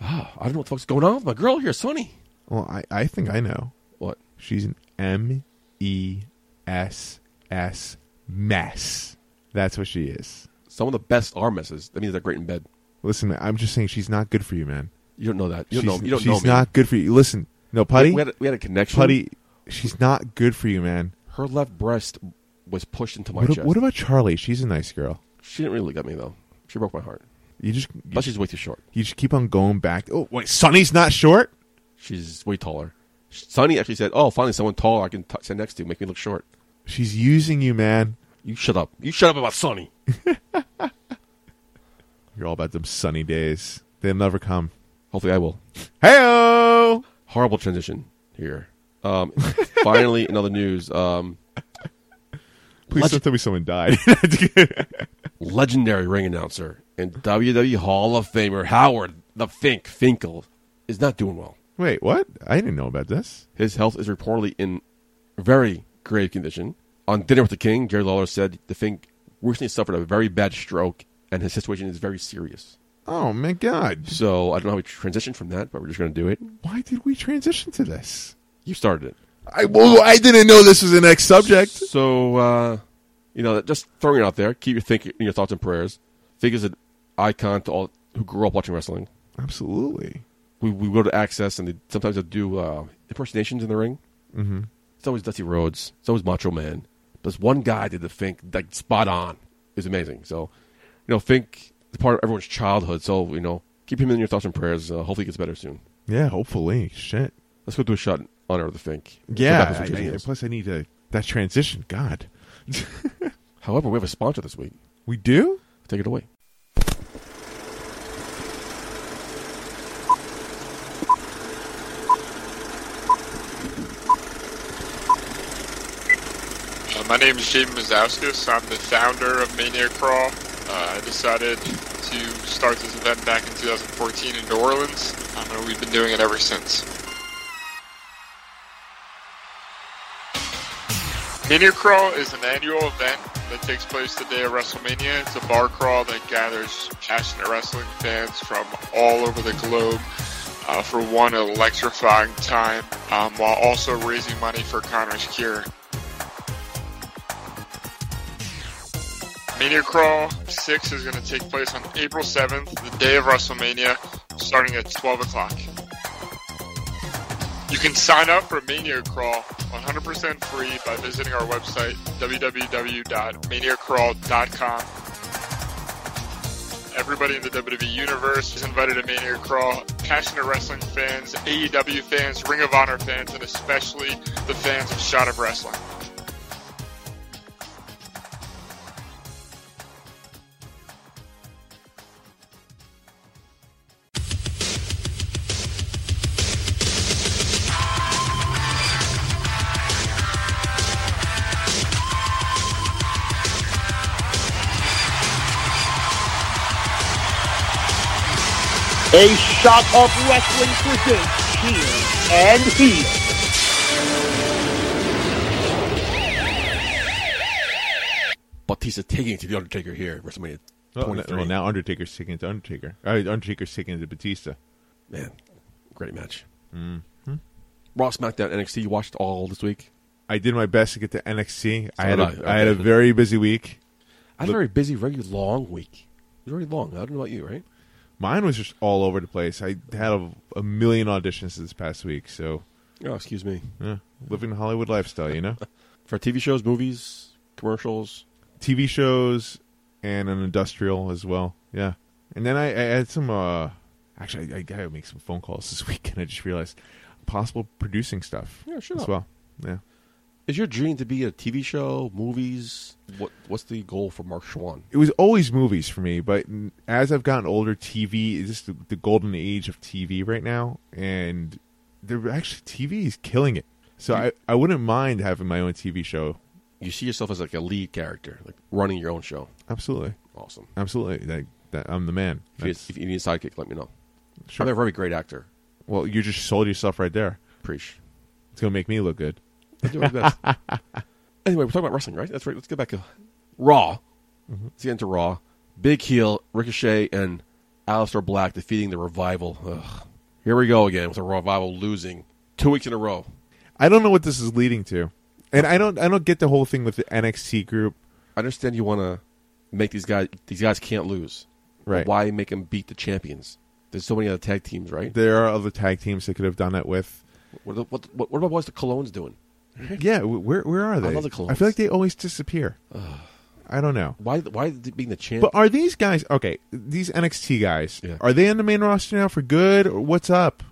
Ah, I don't know what the fuck's going on with my girl here, Sonny. Well, I, I think I know. What? She's an M E S S mess. That's what she is. Some of the best are messes. That means they're great in bed. Listen, I'm just saying she's not good for you, man. You don't know that. You she's don't know. You don't she's know me. not good for you. Listen, no putty, we, had a, we had a connection. putty. She's not good for you, man. Her left breast was pushed into my What, chest. what about Charlie? She's a nice girl. she didn't really look at me though. She broke my heart. You just But she's way too short. you just keep on going back. Oh wait, Sonny's not short. She's way taller. Sonny actually said, "Oh, finally someone taller I can t- sit next to, make me look short." She's using you, man. You shut up. You shut up about Sonny. You're all about them sunny days. They'll never come. Hopefully, I will. Heyo. Horrible transition here. Um, finally, in other news, um, Please Let's- don't tell me someone died. legendary ring announcer and WWE Hall of Famer Howard the Fink Finkel is not doing well. wait, what? I didn't know about this. His health is reportedly in very grave condition. On Dinner with the King, Jerry Lawler said the Fink recently suffered a very bad stroke, and his situation is very serious. Oh my god. So I don't know how we transition from that, but we're just going to do it. Why did we transition to this? You started it. I well, I didn't know this was the next subject. So, uh, you know, just throwing it out there. Keep your thinking, your thoughts and prayers. Fink is an icon to all who grew up watching wrestling. Absolutely. We we go to Access, and they, sometimes they'll do uh, impersonations in the ring. Mm-hmm. It's always Dusty Rhodes. It's always Macho Man. But this one guy did the Fink like spot on. It was amazing. So, you know, Fink is part of everyone's childhood. So, you know, keep him in your thoughts and prayers. Uh, hopefully, he gets better soon. Yeah, hopefully. Shit. Let's go do a shot in honor of the Fink. Yeah. Let's go back to I- some I- news. plus I need to that transition. God. However, we have a sponsor this week. We do? Take it away. Uh, my name is Jaden Mazauskas. I'm the founder of Mania Crawl. Uh, I decided to start this event back in 2014 in New Orleans, um, and we've been doing it ever since. Mania Crawl is an annual event that takes place the day of WrestleMania. It's a bar crawl that gathers passionate wrestling fans from all over the globe uh, for one electrifying time, um, while also raising money for Connor's cure. Mania Crawl 6 is going to take place on April 7th, the day of WrestleMania, starting at 12 o'clock. You can sign up for Mania Crawl 100% free by visiting our website, www.maniacrawl.com. Everybody in the WWE universe is invited to Mania Crawl. Passionate wrestling fans, AEW fans, Ring of Honor fans, and especially the fans of Shot of Wrestling. A shot of wrestling presents Shield and Heel. Batista taking it to the Undertaker here at WrestleMania Well, Oh, n- 23. well, now Undertaker's taking it to Undertaker. Uh, Undertaker's taking it to Batista. Man, great match. Mm-hmm. Raw SmackDown NXT. You watched all this week. I did my best to get to NXT. I So had a, did I. I had a Okay. very busy week. I had a very busy, very long week. It was very long. I don't know about you, right? Mine was just all over the place. I had a, a million auditions this past week, so Oh, excuse me. yeah, living the Hollywood lifestyle, you know. For TV shows, movies, commercials. TV shows and an industrial as well. Yeah, and then I, I had some. uh Actually, I, I gotta make some phone calls this weekend. I just realized possible producing stuff. Yeah, sure. As well, yeah. Is your dream to be a TV show, movies? What What's the goal for Mark Schwann? it was always movies for me, but n- as I've gotten older, TV is just the, the golden age of TV right now, and they're actually TV is killing it. So I, I wouldn't mind having my own TV show. You see yourself as like a lead character, like running your own show. Absolutely, Awesome. absolutely. That, that I'm the man. If you, That's- if you need a sidekick, let me know. Sure. I'm a very great actor. well, you just sold yourself right there. Preach. It's gonna make me look good. I do my best. anyway, we're talking about wrestling, right? That's right. Let's get back to Raw. Mm-hmm. Let's get into Raw. Big heel, Ricochet, and Aleister Black defeating the Revival. Ugh. Here we go again with the Revival losing two weeks in a row. I don't know what this is leading to, and I don't I don't get the whole thing with the NXT group. I understand you want to make these guys. These guys can't lose. But Right. Why make them beat the champions? There's so many other tag teams, right? There are other tag teams that could have done that with. What, the- what, what, what about what's the Colognes doing? Mm-hmm. Yeah, wh- where where are they? love the clones. I feel like they always disappear. I don't know. Why why is it being the champ? But uh, are these guys okay? These NXT guys Yeah. are they on the main roster now for good? Or what's up?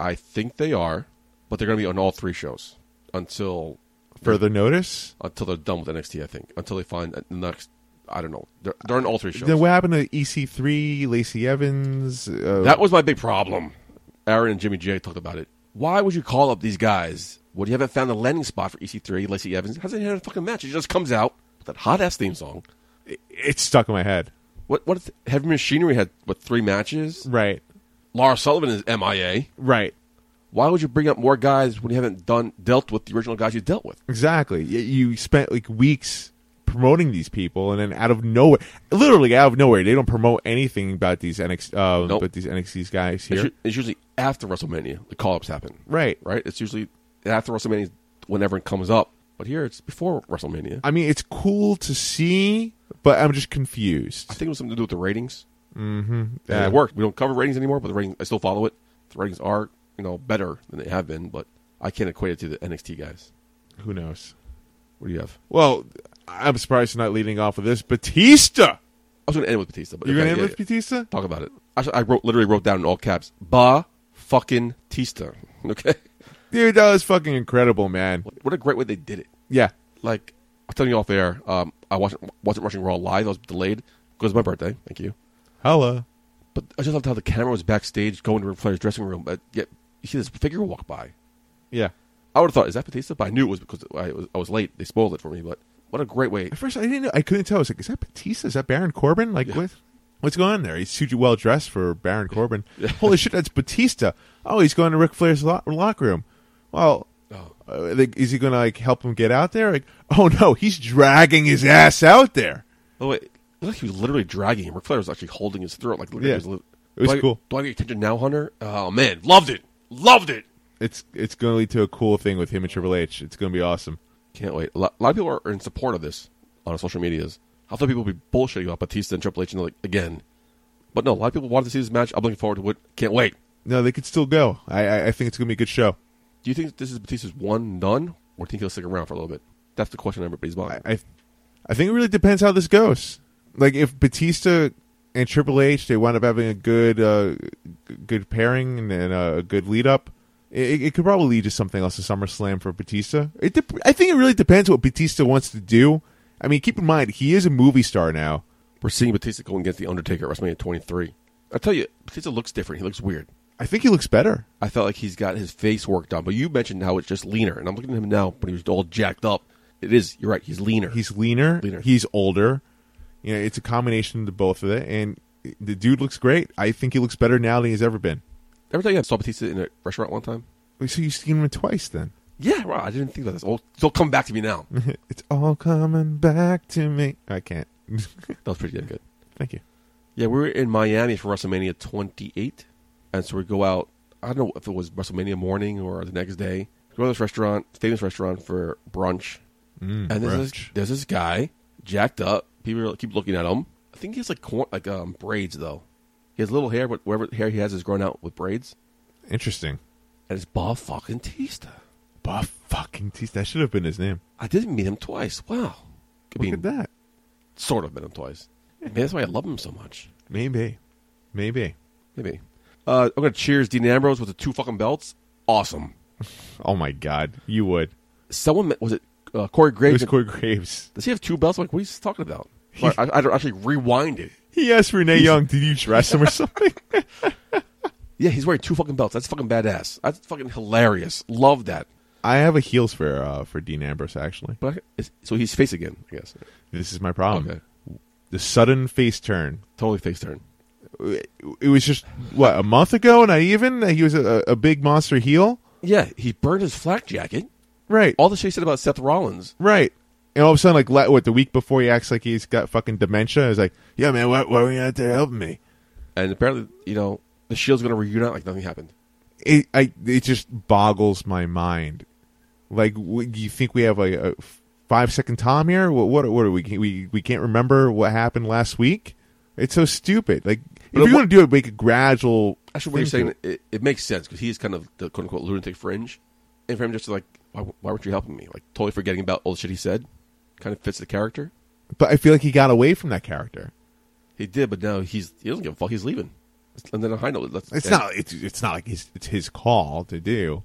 I think they are, but they're going to be on all three shows until Further notice? until they're done with NXT. I think until they find the next. I don't know. They're, they're on all three shows. Then what happened to EC3, Lacey Evans? Uh, that was my big problem. Aaron and Jimmy J talked about it. Why would you call up these guys? What you haven't found a landing spot for EC3, Lacey Evans hasn't had a fucking match. It just comes out with that hot ass theme song. it's stuck in my head. What what if Heavy Machinery had what three matches? Right, Laura Sullivan is MIA. right, Why would you bring up more guys when you haven't done dealt with the original guys you dealt with? exactly. Y- You spent like weeks promoting these people, and then out of nowhere, literally out of nowhere, they don't promote anything about these NXT, uh, Nope. about these NXT guys It's, here. u- it's usually after WrestleMania the call ups happen. right, right? It's usually after WrestleMania whenever it comes up, but here it's before WrestleMania. I I mean, it's cool to see, but I'm just confused. Uh, think it was something to do with the ratings. And Yeah. it worked. We don't cover ratings anymore, but the ratings I still follow it. The ratings are you know better than they have been, but I can't equate it to the NXT guys. Who knows? What do you have? Well, I'm surprised you're not leading off with this. Batista! I was going to end with Batista, but You're okay, going to yeah, end with Batista? yeah. Talk about it. Actually, I wrote literally wrote down in all caps, "Ba fucking Tista." Okay, Dude, that was fucking incredible, man. what a great way they did it. Yeah. like I'm telling you off air, um, I wasn't wasn't rushing Raw live. I was delayed because it's my birthday. Thank you. Hello. But I just loved how the camera was backstage going to Ric Flair's dressing room. But yet you see this figure walk by. Yeah. I would have thought, is that Batista? But I knew it was because I was, I was late. They spoiled it for me. But what a great way. At first, I didn't know. I couldn't tell. I was like, is that Batista? Is that Baron Corbin? Like, what? What's going on there? He's too well dressed for Baron Corbin. Holy shit, that's Batista. Oh, he's going to Ric Flair's lo- locker room. Well, uh, like, is he going to like help him get out there? Like, oh no, he's dragging his ass out there. By the way, it looked like he was literally dragging him. Ric Flair was actually holding his throat. Like, look at Yeah. his li- It was do I- cool. do I get attention now, Hunter? Oh man, loved it, loved it. It's it's going to lead to a cool thing with him and Triple H. It's going to be awesome. Can't wait. A lot, a lot of people are in support of this on our social medias. I thought people would be bullshitting about Batista and Triple H and like, again. But no, a lot of people wanted to see this match. I'm looking forward to it. Can't wait. No, they could still go. I I, I think it's going to be a good show. Do you think this is Batista's one done, or do you think he'll stick around for a little bit? That's the question on everybody's mind. I, I think it really depends how this goes. Like if Batista and Triple H they wind up having a good, uh, g- good pairing and, and a good lead up, it, it could probably lead to something else. A SummerSlam for Batista. It dep I think it really depends what Batista wants to do. I mean, keep in mind he is a movie star now. We're seeing Batista going against the Undertaker at WrestleMania 23. I tell you, Batista looks different. He looks weird. I think he looks better. I felt like he's got his face work done. But you mentioned how it's just leaner, and I'm looking at him now, but he was all jacked up. It is. You're right. He's leaner. He's leaner. Leaner. He's older. You know, it's a combination of the both of it, and the dude looks great. I think he looks better now than he's ever been. Ever tell you I saw Batista in a restaurant one time? So you've seen him twice then. Yeah, wow, I didn't think about this. Oh, they'll come back to me now. that It's all coming back to me. I can't. was pretty damn good. Thank you. Yeah, we were in Miami for WrestleMania 28, and so we go out. I don't know if it was WrestleMania morning or the next day. Go to this restaurant, famous restaurant for brunch, Mm, and there's this, brunch. there's this guy jacked up. People keep looking at him. I think he has like corn, like um, braids though. He has little hair, but whatever hair he has is grown out with braids, Interesting. and it's Bob fucking Tista. Buff fucking teeth. That should have been his name. I didn't meet him twice. Wow, I Look mean, at that. sort of met him twice. Maybe that's why I love him so much. Maybe. Maybe. Maybe. Uh, I'm gonna cheers Dean Ambrose with the two fucking belts. Awesome. Oh my God. You would. Someone met- was it uh, Corey It Graves? was Corey Graves. Does he have two belts? I'm like, what are you talking about? Sorry, I, I don't actually rewind it. He asked Renee Young, did you dress him or something? Yeah, he's wearing two fucking belts. That's fucking badass. That's fucking hilarious. Love that. I have a heels for uh, for Dean Ambrose, actually. But I, it's, so he's face again, I guess. This is my problem. Okay. The sudden face turn. Totally face turn. It was just, what, a month ago? Not even? He was a, a big monster heel? Yeah, he burned his flak jacket. Right. All the shit he said about Seth Rollins. Right. And all of a sudden, like, la- what, the week before he acts like he's got fucking dementia? I was like, yeah, man, why, why were you out there helping me? And apparently, you know, the Shield's going to reunite like nothing happened. It, I, it just boggles my mind. Like, w- do you think we have like, a five second Tom here? What, what, what are we, we? We can't remember what happened last week? It's so stupid. Like, But if it you're wa- going to do it, make a gradual. Actually, what you're thing to saying, it, it makes sense because he is kind of the quote unquote lunatic fringe. And for him, just to like, why, why weren't you helping me? Like, totally forgetting about all the shit he said. Kind of fits the character. it. But I feel like he got away from that character. He did, but now he's he doesn't give a fuck. He's leaving. And then a high note. That's, It's that- not. It's, it's not like his, it's his call to do.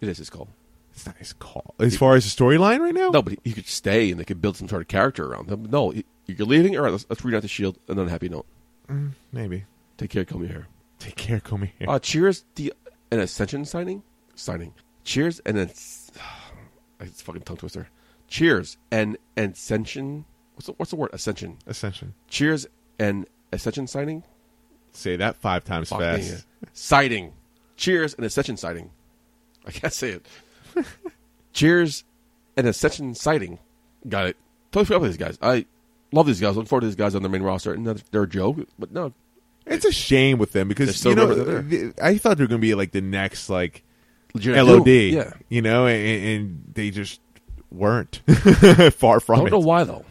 It is his call. It's not his call. As far as the storyline right now, No, but he, he could stay and they could build some sort of character around him. No, he, you're leaving. All right, let's, let's read out the shield and then a happy note. maybe. Take care, comb your hair. Take care, Comey. Uh, cheers, the an ascension signing, signing. Cheers and an, it's a fucking tongue twister. Cheers and ascension. What's the, what's the word? Ascension. Ascension. Cheers and ascension signing. Say that five times Fuck fast. me. Sighting. Cheers and ascension sighting. I can't say it. Cheers and ascension sighting. Got it. Totally forgot about these guys. I love these guys. Look forward to these guys on their main roster. And they're- they're a joke, but no. It's a shame with them They're because so you know good over th- I thought they were going to be like the next like Legit LOD. do. Yeah. you know, and, and they just weren't far from Don't know it. why, though.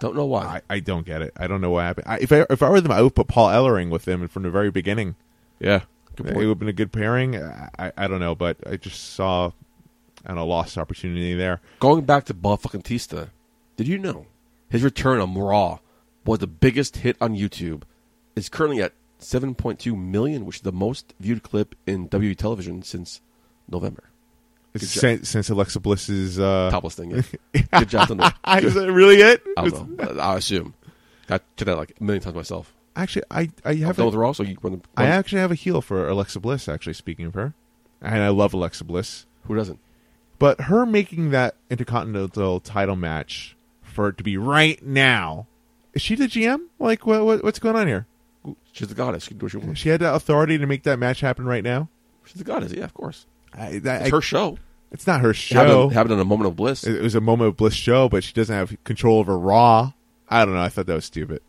Don't know why. I, I don't get it. I don't know what happened. I, if I if I were them, I would put Paul Ellering with them from the very beginning. yeah. It Good would point. have been a good pairing. I, I, I don't know, but I just saw I don't know, lost opportunity there. Going back to Bob fucking Tista, did you know his return on Raw was the biggest hit on YouTube? It's currently at 7.2 million, which is the most viewed clip in WWE television since November. Since, since Alexa Bliss's uh, Topless thing. Yeah. Good job, Thunder. I, is that really it? I don't know. I assume. I did that like a million times myself. Actually, I I I'm have done with Raw, so you want to. I actually have a heel for Alexa Bliss. Actually, speaking of her, and I love Alexa Bliss, Who doesn't? but her making that Intercontinental title match for it to be right now, is she the GM? Like, what, what what's going on here? She's the goddess. She can do what she wants. She had the authority to make that match happen right now. She's the goddess. Yeah, of course. I, that, It's I- her show. it's not her It happened, show. it happened in a moment of bliss. it, it was a moment of bliss show, but she doesn't have control over Raw. I don't know. I thought that was stupid.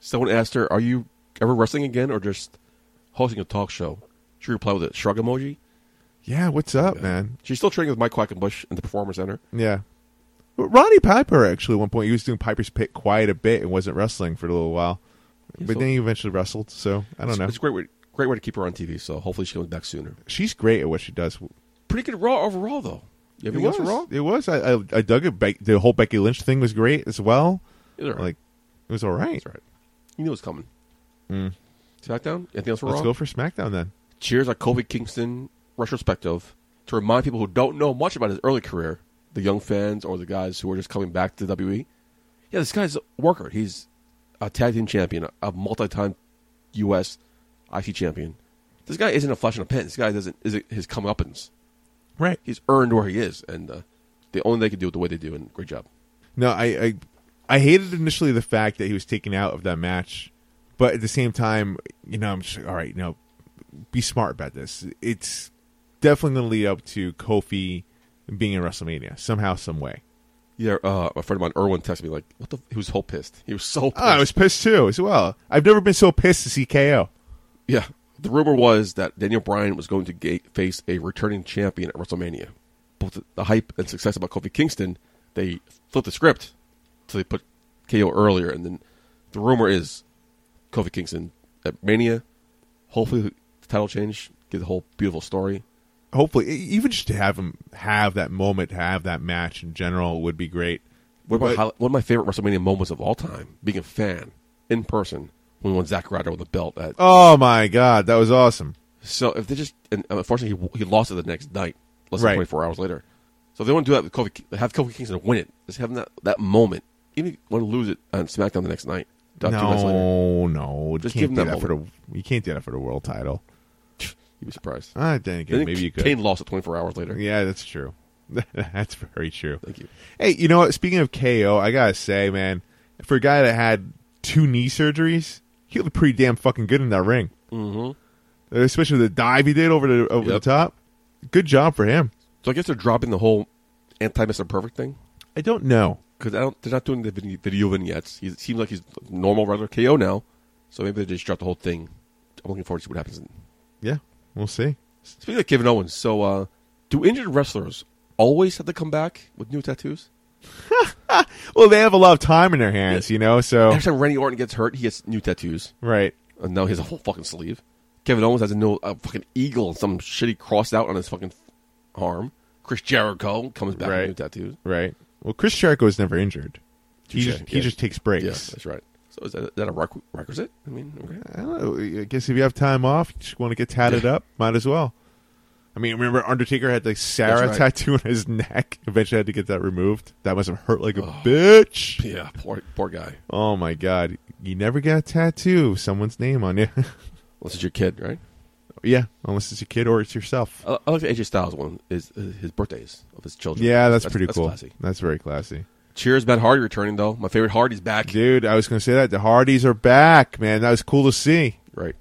Someone asked her, "Are you ever wrestling again, or just hosting a talk show?" She replied with a shrug emoji. Yeah, what's up, man? She's still training with Mike Quackenbush in the Performance Center. Yeah. But Roddy Piper actually at one point he was doing Piper's Pit quite a bit and wasn't wrestling for a little while. But so- then he eventually wrestled, so I don't It's, know. it's a great way, great way to keep her on TV. So hopefully she comes back sooner. She's great at what she does. Pretty good Raw overall, though. You have It anything else was for Raw? It was. I, I, I dug it. Be- the whole Becky Lynch thing was great as well. It's all right. Like, it was all right. That's right. You knew it was coming. SmackDown. Anything else for Mm. Let's Raw? go for SmackDown then. Cheers at Kofi Kingston retrospective to remind people who don't know much about his early career, the young fans or the guys who are just coming back to WWE. Yeah, this guy's a worker. He's a tag team champion, a multi-time U.S. IC champion. This guy isn't a flash in a pan. This guy doesn't isn't his comeuppance. Right. He's earned where he is, and uh, the only they can do it the way they do. And great job. No, I, I I hated initially the fact that he was taken out of that match But at the same time, you know, I'm just all right. You know, be smart about this. It's definitely going to lead up to Kofi being in WrestleMania somehow, some way. Yeah, uh, a friend of mine, Erwin, texted me like, "What the?" F-? He was so pissed. He was so. Pissed. Oh, I was pissed too, as well. I've never been so pissed to see KO. Yeah, the rumor was that Daniel Bryan was going to ga- face a returning champion at WrestleMania. Both the hype and success about Kofi Kingston, they flipped the script, so they put KO earlier, and then the rumor is Kofi Kingston at Mania. Hopefully, the title change, get the whole beautiful story. Hopefully, e- even just to have him have that moment, to have that match in general would be great. What about But- highlight- one of my favorite WrestleMania moments of all time? Being a fan in person when we won Zack Ryder with a belt. At, Oh my god, that was awesome. So if they just and unfortunately he, he lost it the next night, less than Right. 24 hours later. So if they want to do that with Kofi, have Kofi Kingston win it. Just have that that moment. Even if you want to lose it on SmackDown the next night. Two nights later, No, no, Just just give him can't do that that for the you can't do that for the world title. you'd be surprised. Ah, then again, Then maybe you could. Kane lost it 24 hours later. Yeah, that's true. that's very true. Thank you. Hey, you know what? Speaking of KO, I gotta say, man, for a guy that had two knee surgeries, he looked pretty damn fucking good in that ring. Mm-hmm. Especially the dive he did over the over Yep. the top. Good job for him. So I guess they're dropping the whole anti Mr. Perfect thing I don't know. because I don't. They're not doing the video, video vignettes. He seems like he's normal regular KO now. So maybe they just drop the whole thing. I'm looking forward to see what happens. Yeah, we'll see. Speaking of Kevin Owens, so uh, do injured wrestlers always have to come back with new tattoos? Well, they have a lot of time in their hands, you know. So Every time Randy Orton gets hurt, he gets new tattoos. right, And now he has a whole fucking sleeve. Kevin Owens has a no a fucking eagle and some shit he crossed out on his fucking arm. Chris Jericho comes back Right. with new tattoos. right. Well, Chris Jericho is never injured. He Touche, just he yeah. just takes Yeah, breaks. that's right. So is that, is that a requ- requisite? I mean, okay. I don't know. I guess if you have time off, you just want to get tatted up, might as well. I mean, remember Undertaker had the Sarah That's right. tattoo on his neck. Eventually, had to get that removed. That must have hurt like Oh. a bitch. yeah, poor poor guy. Oh my god, you never got a tattoo of someone's name on you. Unless it's your kid, right? yeah, unless it's a kid or it's yourself. I, I like the AJ Styles one. Is uh, his birthdays of his children? Yeah, that's, pretty cool. classy. That's very classy, Cheers, Matt Hardy returning though. My favorite Hardy's back. dude. I was gonna say that the Hardys are back, man. That was cool to see. Right.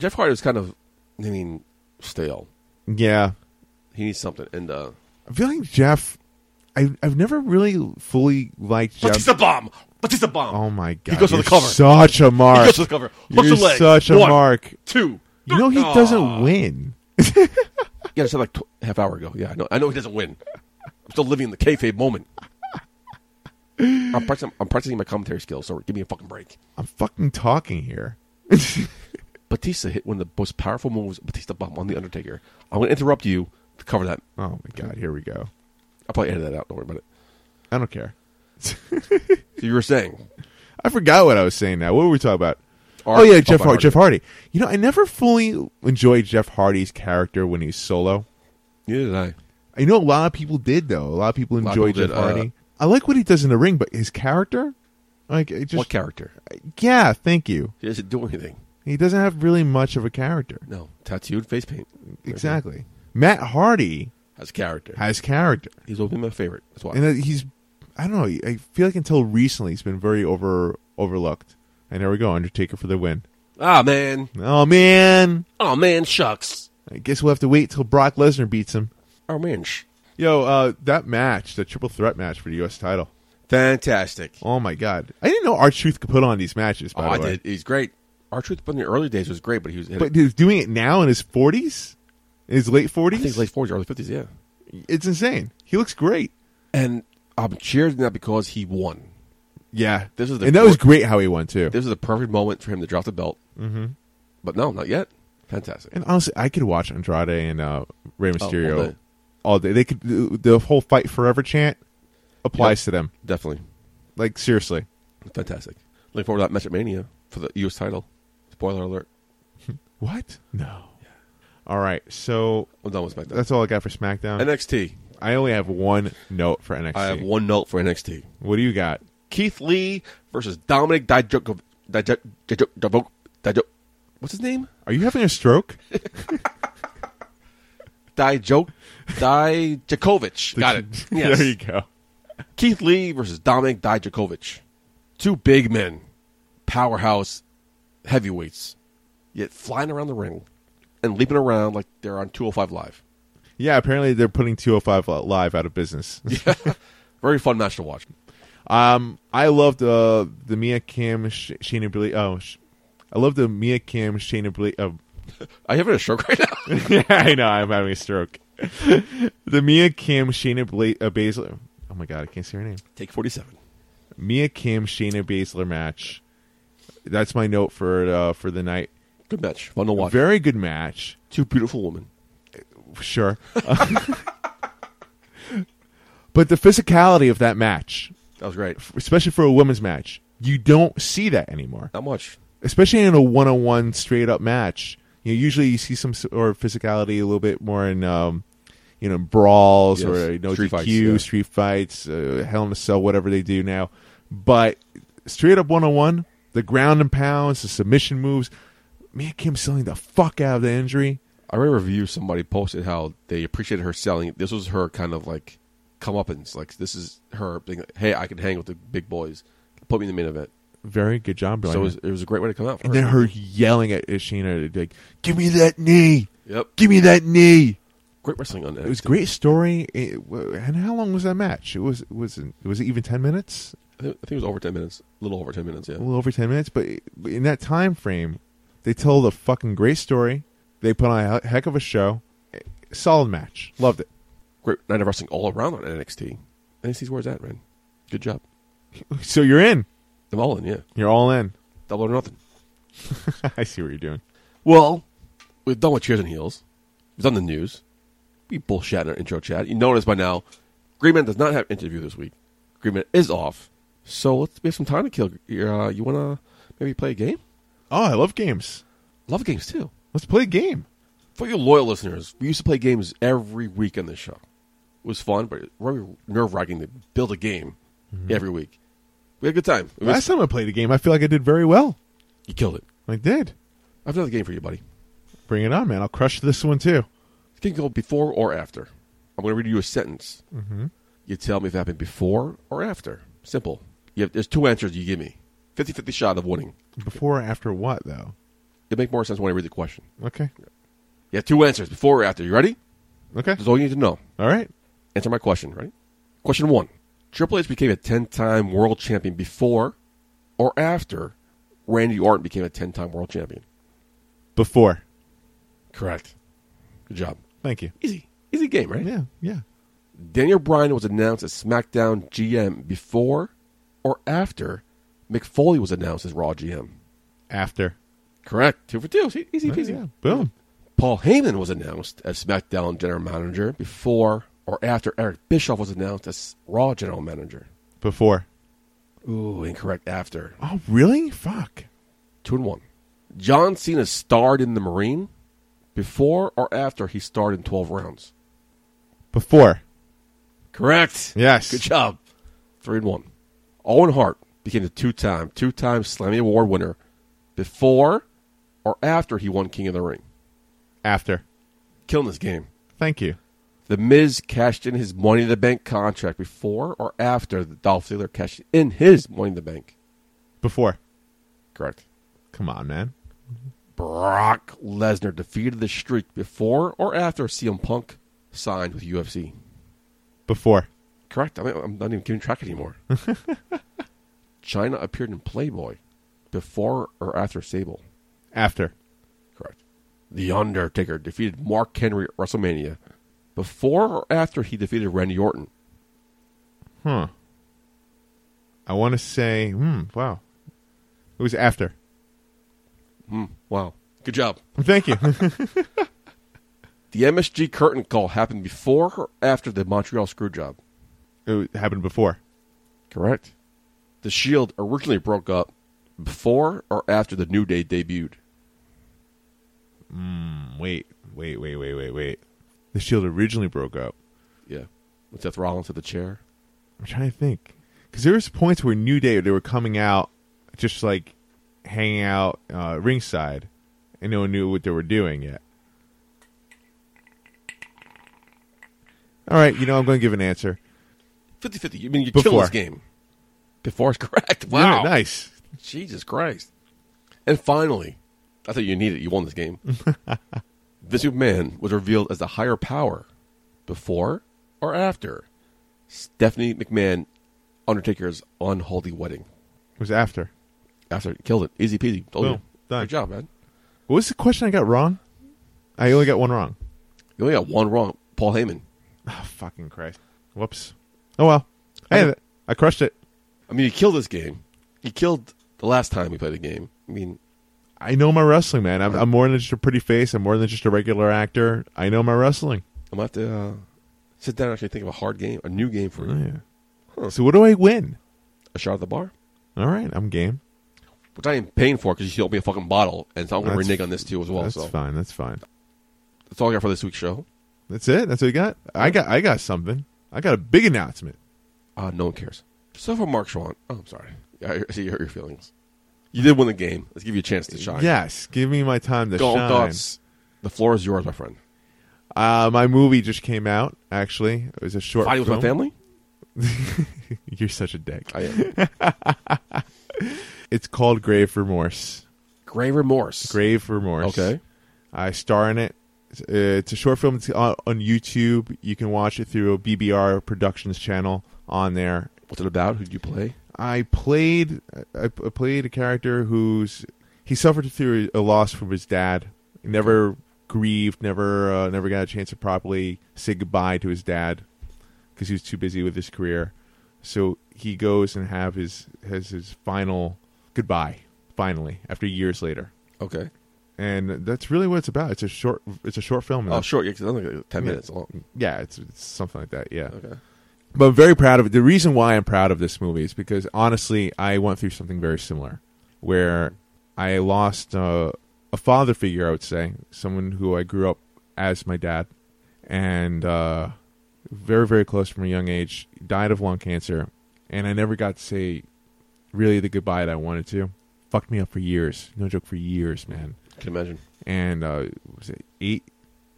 Jeff Hardy was kind of, I mean, stale. Yeah, He needs something. And uh, I feel like Jeff. I I've never really fully liked Jeff. Batista bomb. Batista bomb. Oh my god! goes for the you're cover. Such a mark. He goes to the cover. Hooks You're the leg. such a One, Ah. mark. Two. You know he Aw. doesn't win. Yeah, I said like tw- half hour ago. Yeah, I know. I know he doesn't win. I'm still living in the kayfabe moment. I'm practicing, I'm practicing my commentary skills, so give me a fucking break. I'm fucking talking here. Batista hit one of the most powerful moves, Batista bomb on The Undertaker. I'm going to interrupt you to cover that. Oh my god! Here we go. I'll probably edit that out. Don't worry about it. I don't care. So you were saying. I forgot what I was saying now. What were we talking about? Ar- oh yeah, Bob Jeff Hardy. Hardy. Jeff Hardy. You know, I never fully enjoyed Jeff Hardy's character when he's solo. Neither did I. I know a lot of people did though. A lot of people lot of enjoyed people Jeff did, uh, Hardy. I like what he does in the ring, but his character, like, it just what character? yeah. Thank you. He doesn't do anything. He doesn't have really much of a character. No. Tattooed face paint. Exactly. Matt Hardy Has character. has character. He's always been my favorite. That's why. And that he's I don't know, I feel like until recently he's been very over overlooked. And there we go, Undertaker for the win. Ah, man. Oh man. Oh, man, shucks. I guess we'll have to wait till Brock Lesnar beats him. Oh, man. Sh- Yo, uh that match, the triple threat match for the US title. Fantastic. Oh my god. I didn't know our truth could put on these matches, by Oh, I the way. did. He's great. Our truth in the early days was great, but he was. But he's doing it now in his forties? In his late I think forties? it's late forties, early fifties. Yeah, it's insane. He looks great. and I'm cheering that because he won. Yeah. This is the and that was gr- great how he won too. This is the perfect moment for him to drop the belt. Mm-hmm. But no, not yet. Fantastic. And honestly, I could watch Andrade and uh, Rey Oh, all Mysterio all day. day. They could the the whole "Fight Forever" chant applies Yep. to them. Definitely Like seriously, fantastic. Looking forward to that match at Mania for the U.S. title. Spoiler alert. what? No. All right, so I'm done with SmackDown. that's all I got for SmackDown. NXT. I only have one note for NXT. I have one note for NXT. What do you got? Keith Lee versus Dominic Dijakovic. Dijak- Dijak- Dijak- Dijak- What's his name? Are you having a stroke? Dijok. Dijakovic. Got it. Yes. there you go. Keith Lee versus Dominic Dijakovic. Two big men, powerhouse heavyweights, yet flying around the ring and leaping around like they're on 205 Live. Yeah, apparently they're putting 205 li- live out of business. Very fun match to watch. Um, I loved uh, the Mia Kim Sh- Shayna Ble- Oh, sh- I love the Mia Kim Shayna Ble- Oh, I have a stroke right now. yeah, I know I'm having a stroke. the Mia Kim Shayna Bla- uh, Baszler. Oh my god, I can't say her name. Take 47. Mia Kim Shayna Baszler match. That's my note for uh, for the night. Good match. Fun to watch. Very good match. Two beautiful women. Sure. but the physicality of that match, That was great. especially for a women's match, you don't see that anymore. Not much. Especially in a one-on-one straight-up match. You know, usually you see some sort of physicality a little bit more in um, you know, brawls Yes. or you know, Street street DQ, fights, yeah. street fights, uh, hell in a cell, whatever they do now. But straight up one-on-one, the ground and pounds, the submission moves, man, Kim selling the fuck out of the injury. I read a review somebody posted how they appreciated her selling. This was her kind of like comeuppance. Like this is her being like, hey, I can hang with the big boys. Put me in the main event. Very good job, Brian. So it was, it was a great way to come out. For and then her yelling at Shayna, like, "Give me that knee! Yep. Give me that knee!" Great wrestling on It was a great story. It, w- and how long was that match? It was it was it was it even ten minutes? I think, I think it was over ten minutes. A little over ten minutes. Yeah. A little over ten minutes, but in that time frame, they told a fucking great story. They put on a he- heck of a show. Eh, Solid match. Loved it. Great night of wrestling all around on NXT. NXT's where it's at, man. Good job. So you're in. I'm all in. Yeah. You're all in. Double or nothing. I see what you're doing. Well, we've done with cheers and heels. We've done the news. We bullshit in our intro chat. You notice by now, Green Man does not have an interview this week. Green Man is off. So let's we have some time to kill. Uh, you want to maybe play a game? Oh, I love games. Love games too. Let's play a game. For your loyal listeners, we used to play games every week on this show. It was fun, but it was nerve wracking to build a game every week. We had a good time. It was- Last time I played a game, I feel like I did very well. you killed it. I did. I have another game for you, buddy. Bring it on, man. I'll crush this one too. It can go before or after. I'm going to read you a sentence. Mm-hmm. You tell me if it happened before or after. Simple. You have, there's two answers you give me. 50 50 shot of winning. Before or after what, though? It make more sense when I read the question. Okay. You have two answers, before or after. You ready? Okay. That's all you need to know. All right. Answer my question. Ready? Question one Triple H became a 10 time world champion before or after Randy Orton became a 10 time world champion. Before. Correct. Good job. Thank you. Easy. Easy game, right? Yeah. Yeah. Daniel Bryan was announced as SmackDown GM before or after Mick Foley was announced as Raw GM. After. Correct. Two for two. See, Easy Oh, peasy. yeah. Boom. Paul Heyman was announced as SmackDown General Manager before or after Eric Bischoff was announced as Raw General Manager. Before. Ooh, incorrect. After. Oh, really? Fuck. Two and one. John Cena starred in The Marine before or after he starred in 12 rounds. Before. Correct. Yes. Good job. Three and one. Owen Hart became the two-time, two-time Slammy Award winner before or after he won King of the Ring. After. Killing this game. Thank you. The Miz cashed in his Money in the Bank contract before or after the Dolph Ziggler cashed in his Money in the Bank. Before. Correct. Come on, man. Brock Lesnar defeated the streak before or after CM Punk signed with UFC. Before. Correct. I mean, I'm not even keeping track anymore. China appeared in Playboy before or after Sable. After. Correct. The Undertaker defeated Mark Henry at WrestleMania before or after he defeated Randy Orton. Huh. I want to say, hmm, wow. It was after. Wow. Good job. Thank you. The MSG curtain call happened before or after the Montreal Screwjob. it happened before. Correct. The Shield originally broke up before or after the New Day debuted. Hmm, Wait. Wait, wait, wait, wait, wait. The Shield originally broke up. Yeah. With Seth Rollins at the chair. I'm trying to think because there was points where New Day they were coming out just like hanging out uh, ringside, and no one knew what they were doing yet. All right, you know I'm going to give an answer. 50-50. You mean you kill Before. this game? Before is correct. Yeah, Wow. nice. Jesus Christ. And finally, I thought you need it. You won this game. Vince McMahon was revealed as the higher power before or after Stephanie McMahon Undertaker's unholy wedding. It was after. After killed it, easy peasy. Told Boom. you. Done. Good job, man. What was the question I got wrong? I only got one wrong. You only got one wrong. Paul Heyman. Oh, fucking Christ. Whoops. Oh well. I had it. I crushed it. I mean, he killed this game. He killed the last time we played the game. I mean, I know my wrestling, man. I'm, I'm more than just a pretty face. I'm more than just a regular actor. I know my wrestling. I'm gonna have to uh, sit down and actually think of a hard game, a new game for you. Oh, Yeah. So what do I win? A shot at the bar, All right, I'm game. which I am paying for because she owe me a fucking bottle, and so I'm gonna That's- renege on this too as well. that's so fine. That's fine. that's all I got for this week's show. That's it. That's what you got. I got. I got something. I got a big announcement. Uh, no one cares. So for Mark Schwann, oh, I'm sorry. I I see you hurt your feelings. You did win the game. Let's give you a chance to shine. Yes, give me my time to Go shine. thoughts. The floor is yours, my friend. Uh, my movie just came out. Actually, it was a short. Fighting with my film. family. You're such a dick. I am. It's called Grave Remorse. Gray remorse. Grave Remorse. Okay. I star in it. It's, uh, it's a short film. It's on, on YouTube. You can watch it through BBR Productions channel on there. What's it about? Who would you play? I played I I played a character who's he suffered through a loss from his dad. He never grieved, never uh, never got a chance to properly say goodbye to his dad because he was too busy with his career. So he goes and have his has his final goodbye finally after years later. Okay. And that's really what it's about. It's a short it's a short film. Oh, sure. Yeah, 'cause it's only like ten Yeah. minutes long. Yeah, it's, it's something like that. Yeah Okay. but I'm very proud of it. The reason why I'm proud of this movie is because honestly, I went through something very similar, where I lost uh, a father figure. I would say someone who I grew up as my dad, and uh, very very close from a young age. Died of lung cancer, and I never got to say really the goodbye that I wanted to. Fucked me up for years. No joke, for years, man Can imagine. and uh, was it eight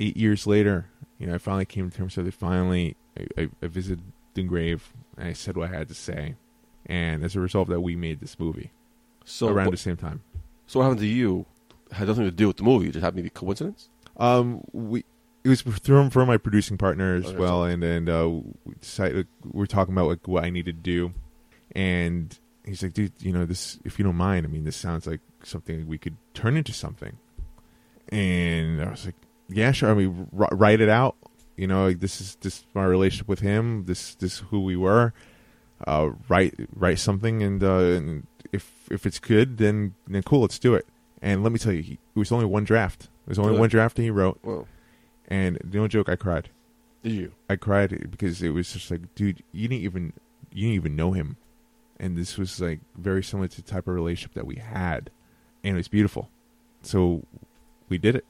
eight years later, you know, I finally came to terms with it. Finally, I, I, I visited the grave and I said what I had to say, and as a result of that, we made this movie So around what- the same time. So what happened to you had nothing to do with the movie. It just happened to be coincidence. Um, we it was through for my producing partner as Okay. well, and and uh, we decided we're talking about like what I need to do, and he's like, dude, you know this. If you don't mind, I mean, this sounds like something we could turn into something, and I was like, yeah, sure. I mean, r- write it out. You know, like, this is this is my relationship with him. This this is who we were. Uh, write write something, and, uh, and if if it's good, then then cool, let's do it. And let me tell you, he, it was only one draft. It was only Really? one draft that he wrote Well, and no joke, I cried. did you? I cried because it was just like, dude, you didn't even you didn't even know him, and this was like very similar to the type of relationship that we had, and it was beautiful. So we did it.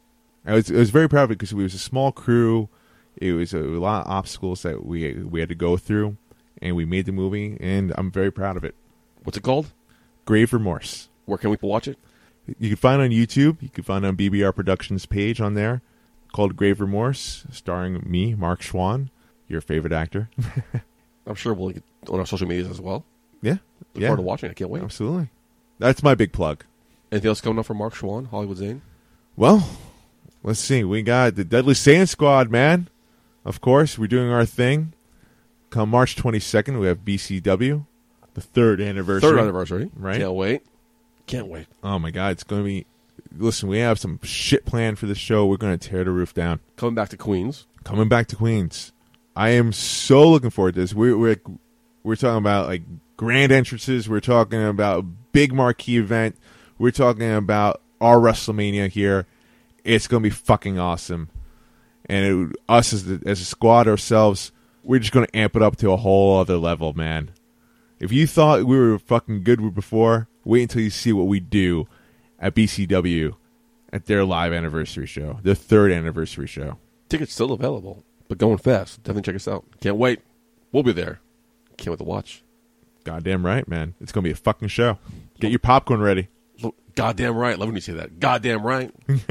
I was I was very proud of it because it was a small crew. It was a lot of obstacles that we we had to go through, and we made the movie, and I'm very proud of it. What's it called? Grave remorse. Where can we watch it? You can find it on YouTube. You can find it on BBR Productions page on there, called Grave Remorse, starring me, Mark Schwann, your favorite actor. I'm sure we'll get on our social medias as well. yeah, Look yeah, forward to watching. it. I can't wait. absolutely. That's my big plug. Anything else coming up for Mark Schwann, Hollywood Zane? Well, let's see. We got the Deadly Sand Squad, man. Of course, we're doing our thing. Come March 22nd, we have BCW, the third anniversary. Third anniversary. Right. Can't wait. Can't wait. Oh my God, it's going to be. Listen, we have some shit planned for this show. We're going to tear the roof down. Coming back to Queens. coming back to Queens. I am so looking forward to this. We're we're, we're talking about like grand entrances. We're talking about big marquee event. We're talking about our WrestleMania here. It's gonna be fucking awesome. And it, us as the, as a squad ourselves, we're just gonna amp it up to a whole other level, man. If you thought we were fucking good before, wait until you see what we do at BCW at their live anniversary show, their third anniversary show. Tickets still available, but going fast. Definitely check us out. Can't wait. We'll be there. Can't wait to watch. Goddamn right, man. It's gonna be a fucking show. Get your popcorn ready. Look, Goddamn right. Love when you say that. Goddamn right.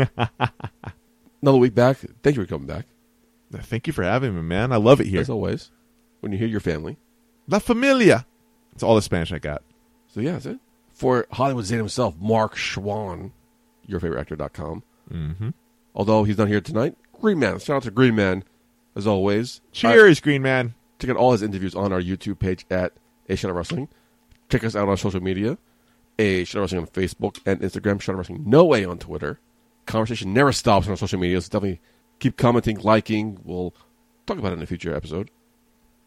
Another week back. Thank you for coming back. Thank you for having me, man. I love it here. As always, when you hear your family. La familia. It's all the Spanish I got. So yeah, that's it. for Hollywood Zane himself, Mark Schwann, yourfavoriteactor.com. Mm-hmm. Although he's not here tonight, Green Man. Shout out to Green Man, as always. Cheers, Green Man. Check out all his interviews on our YouTube page at A Shot of Wrestling. Check us out on social media, A Shot of Wrestling on Facebook and Instagram, Shot of Wrestling No Way on Twitter. Conversation never stops on our social media, so definitely keep commenting, liking. We'll talk about it in a future episode.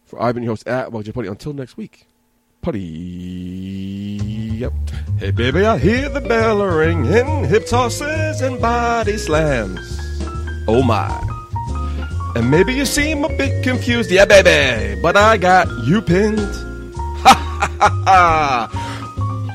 For I've been your host at Waggy Putty. Until next week, Putty. Yep. Hey baby, I hear the bell ringing, hip tosses and body slams. Oh my. And maybe you seem a bit confused, yeah baby, but I got you pinned. Ha ha ha ha!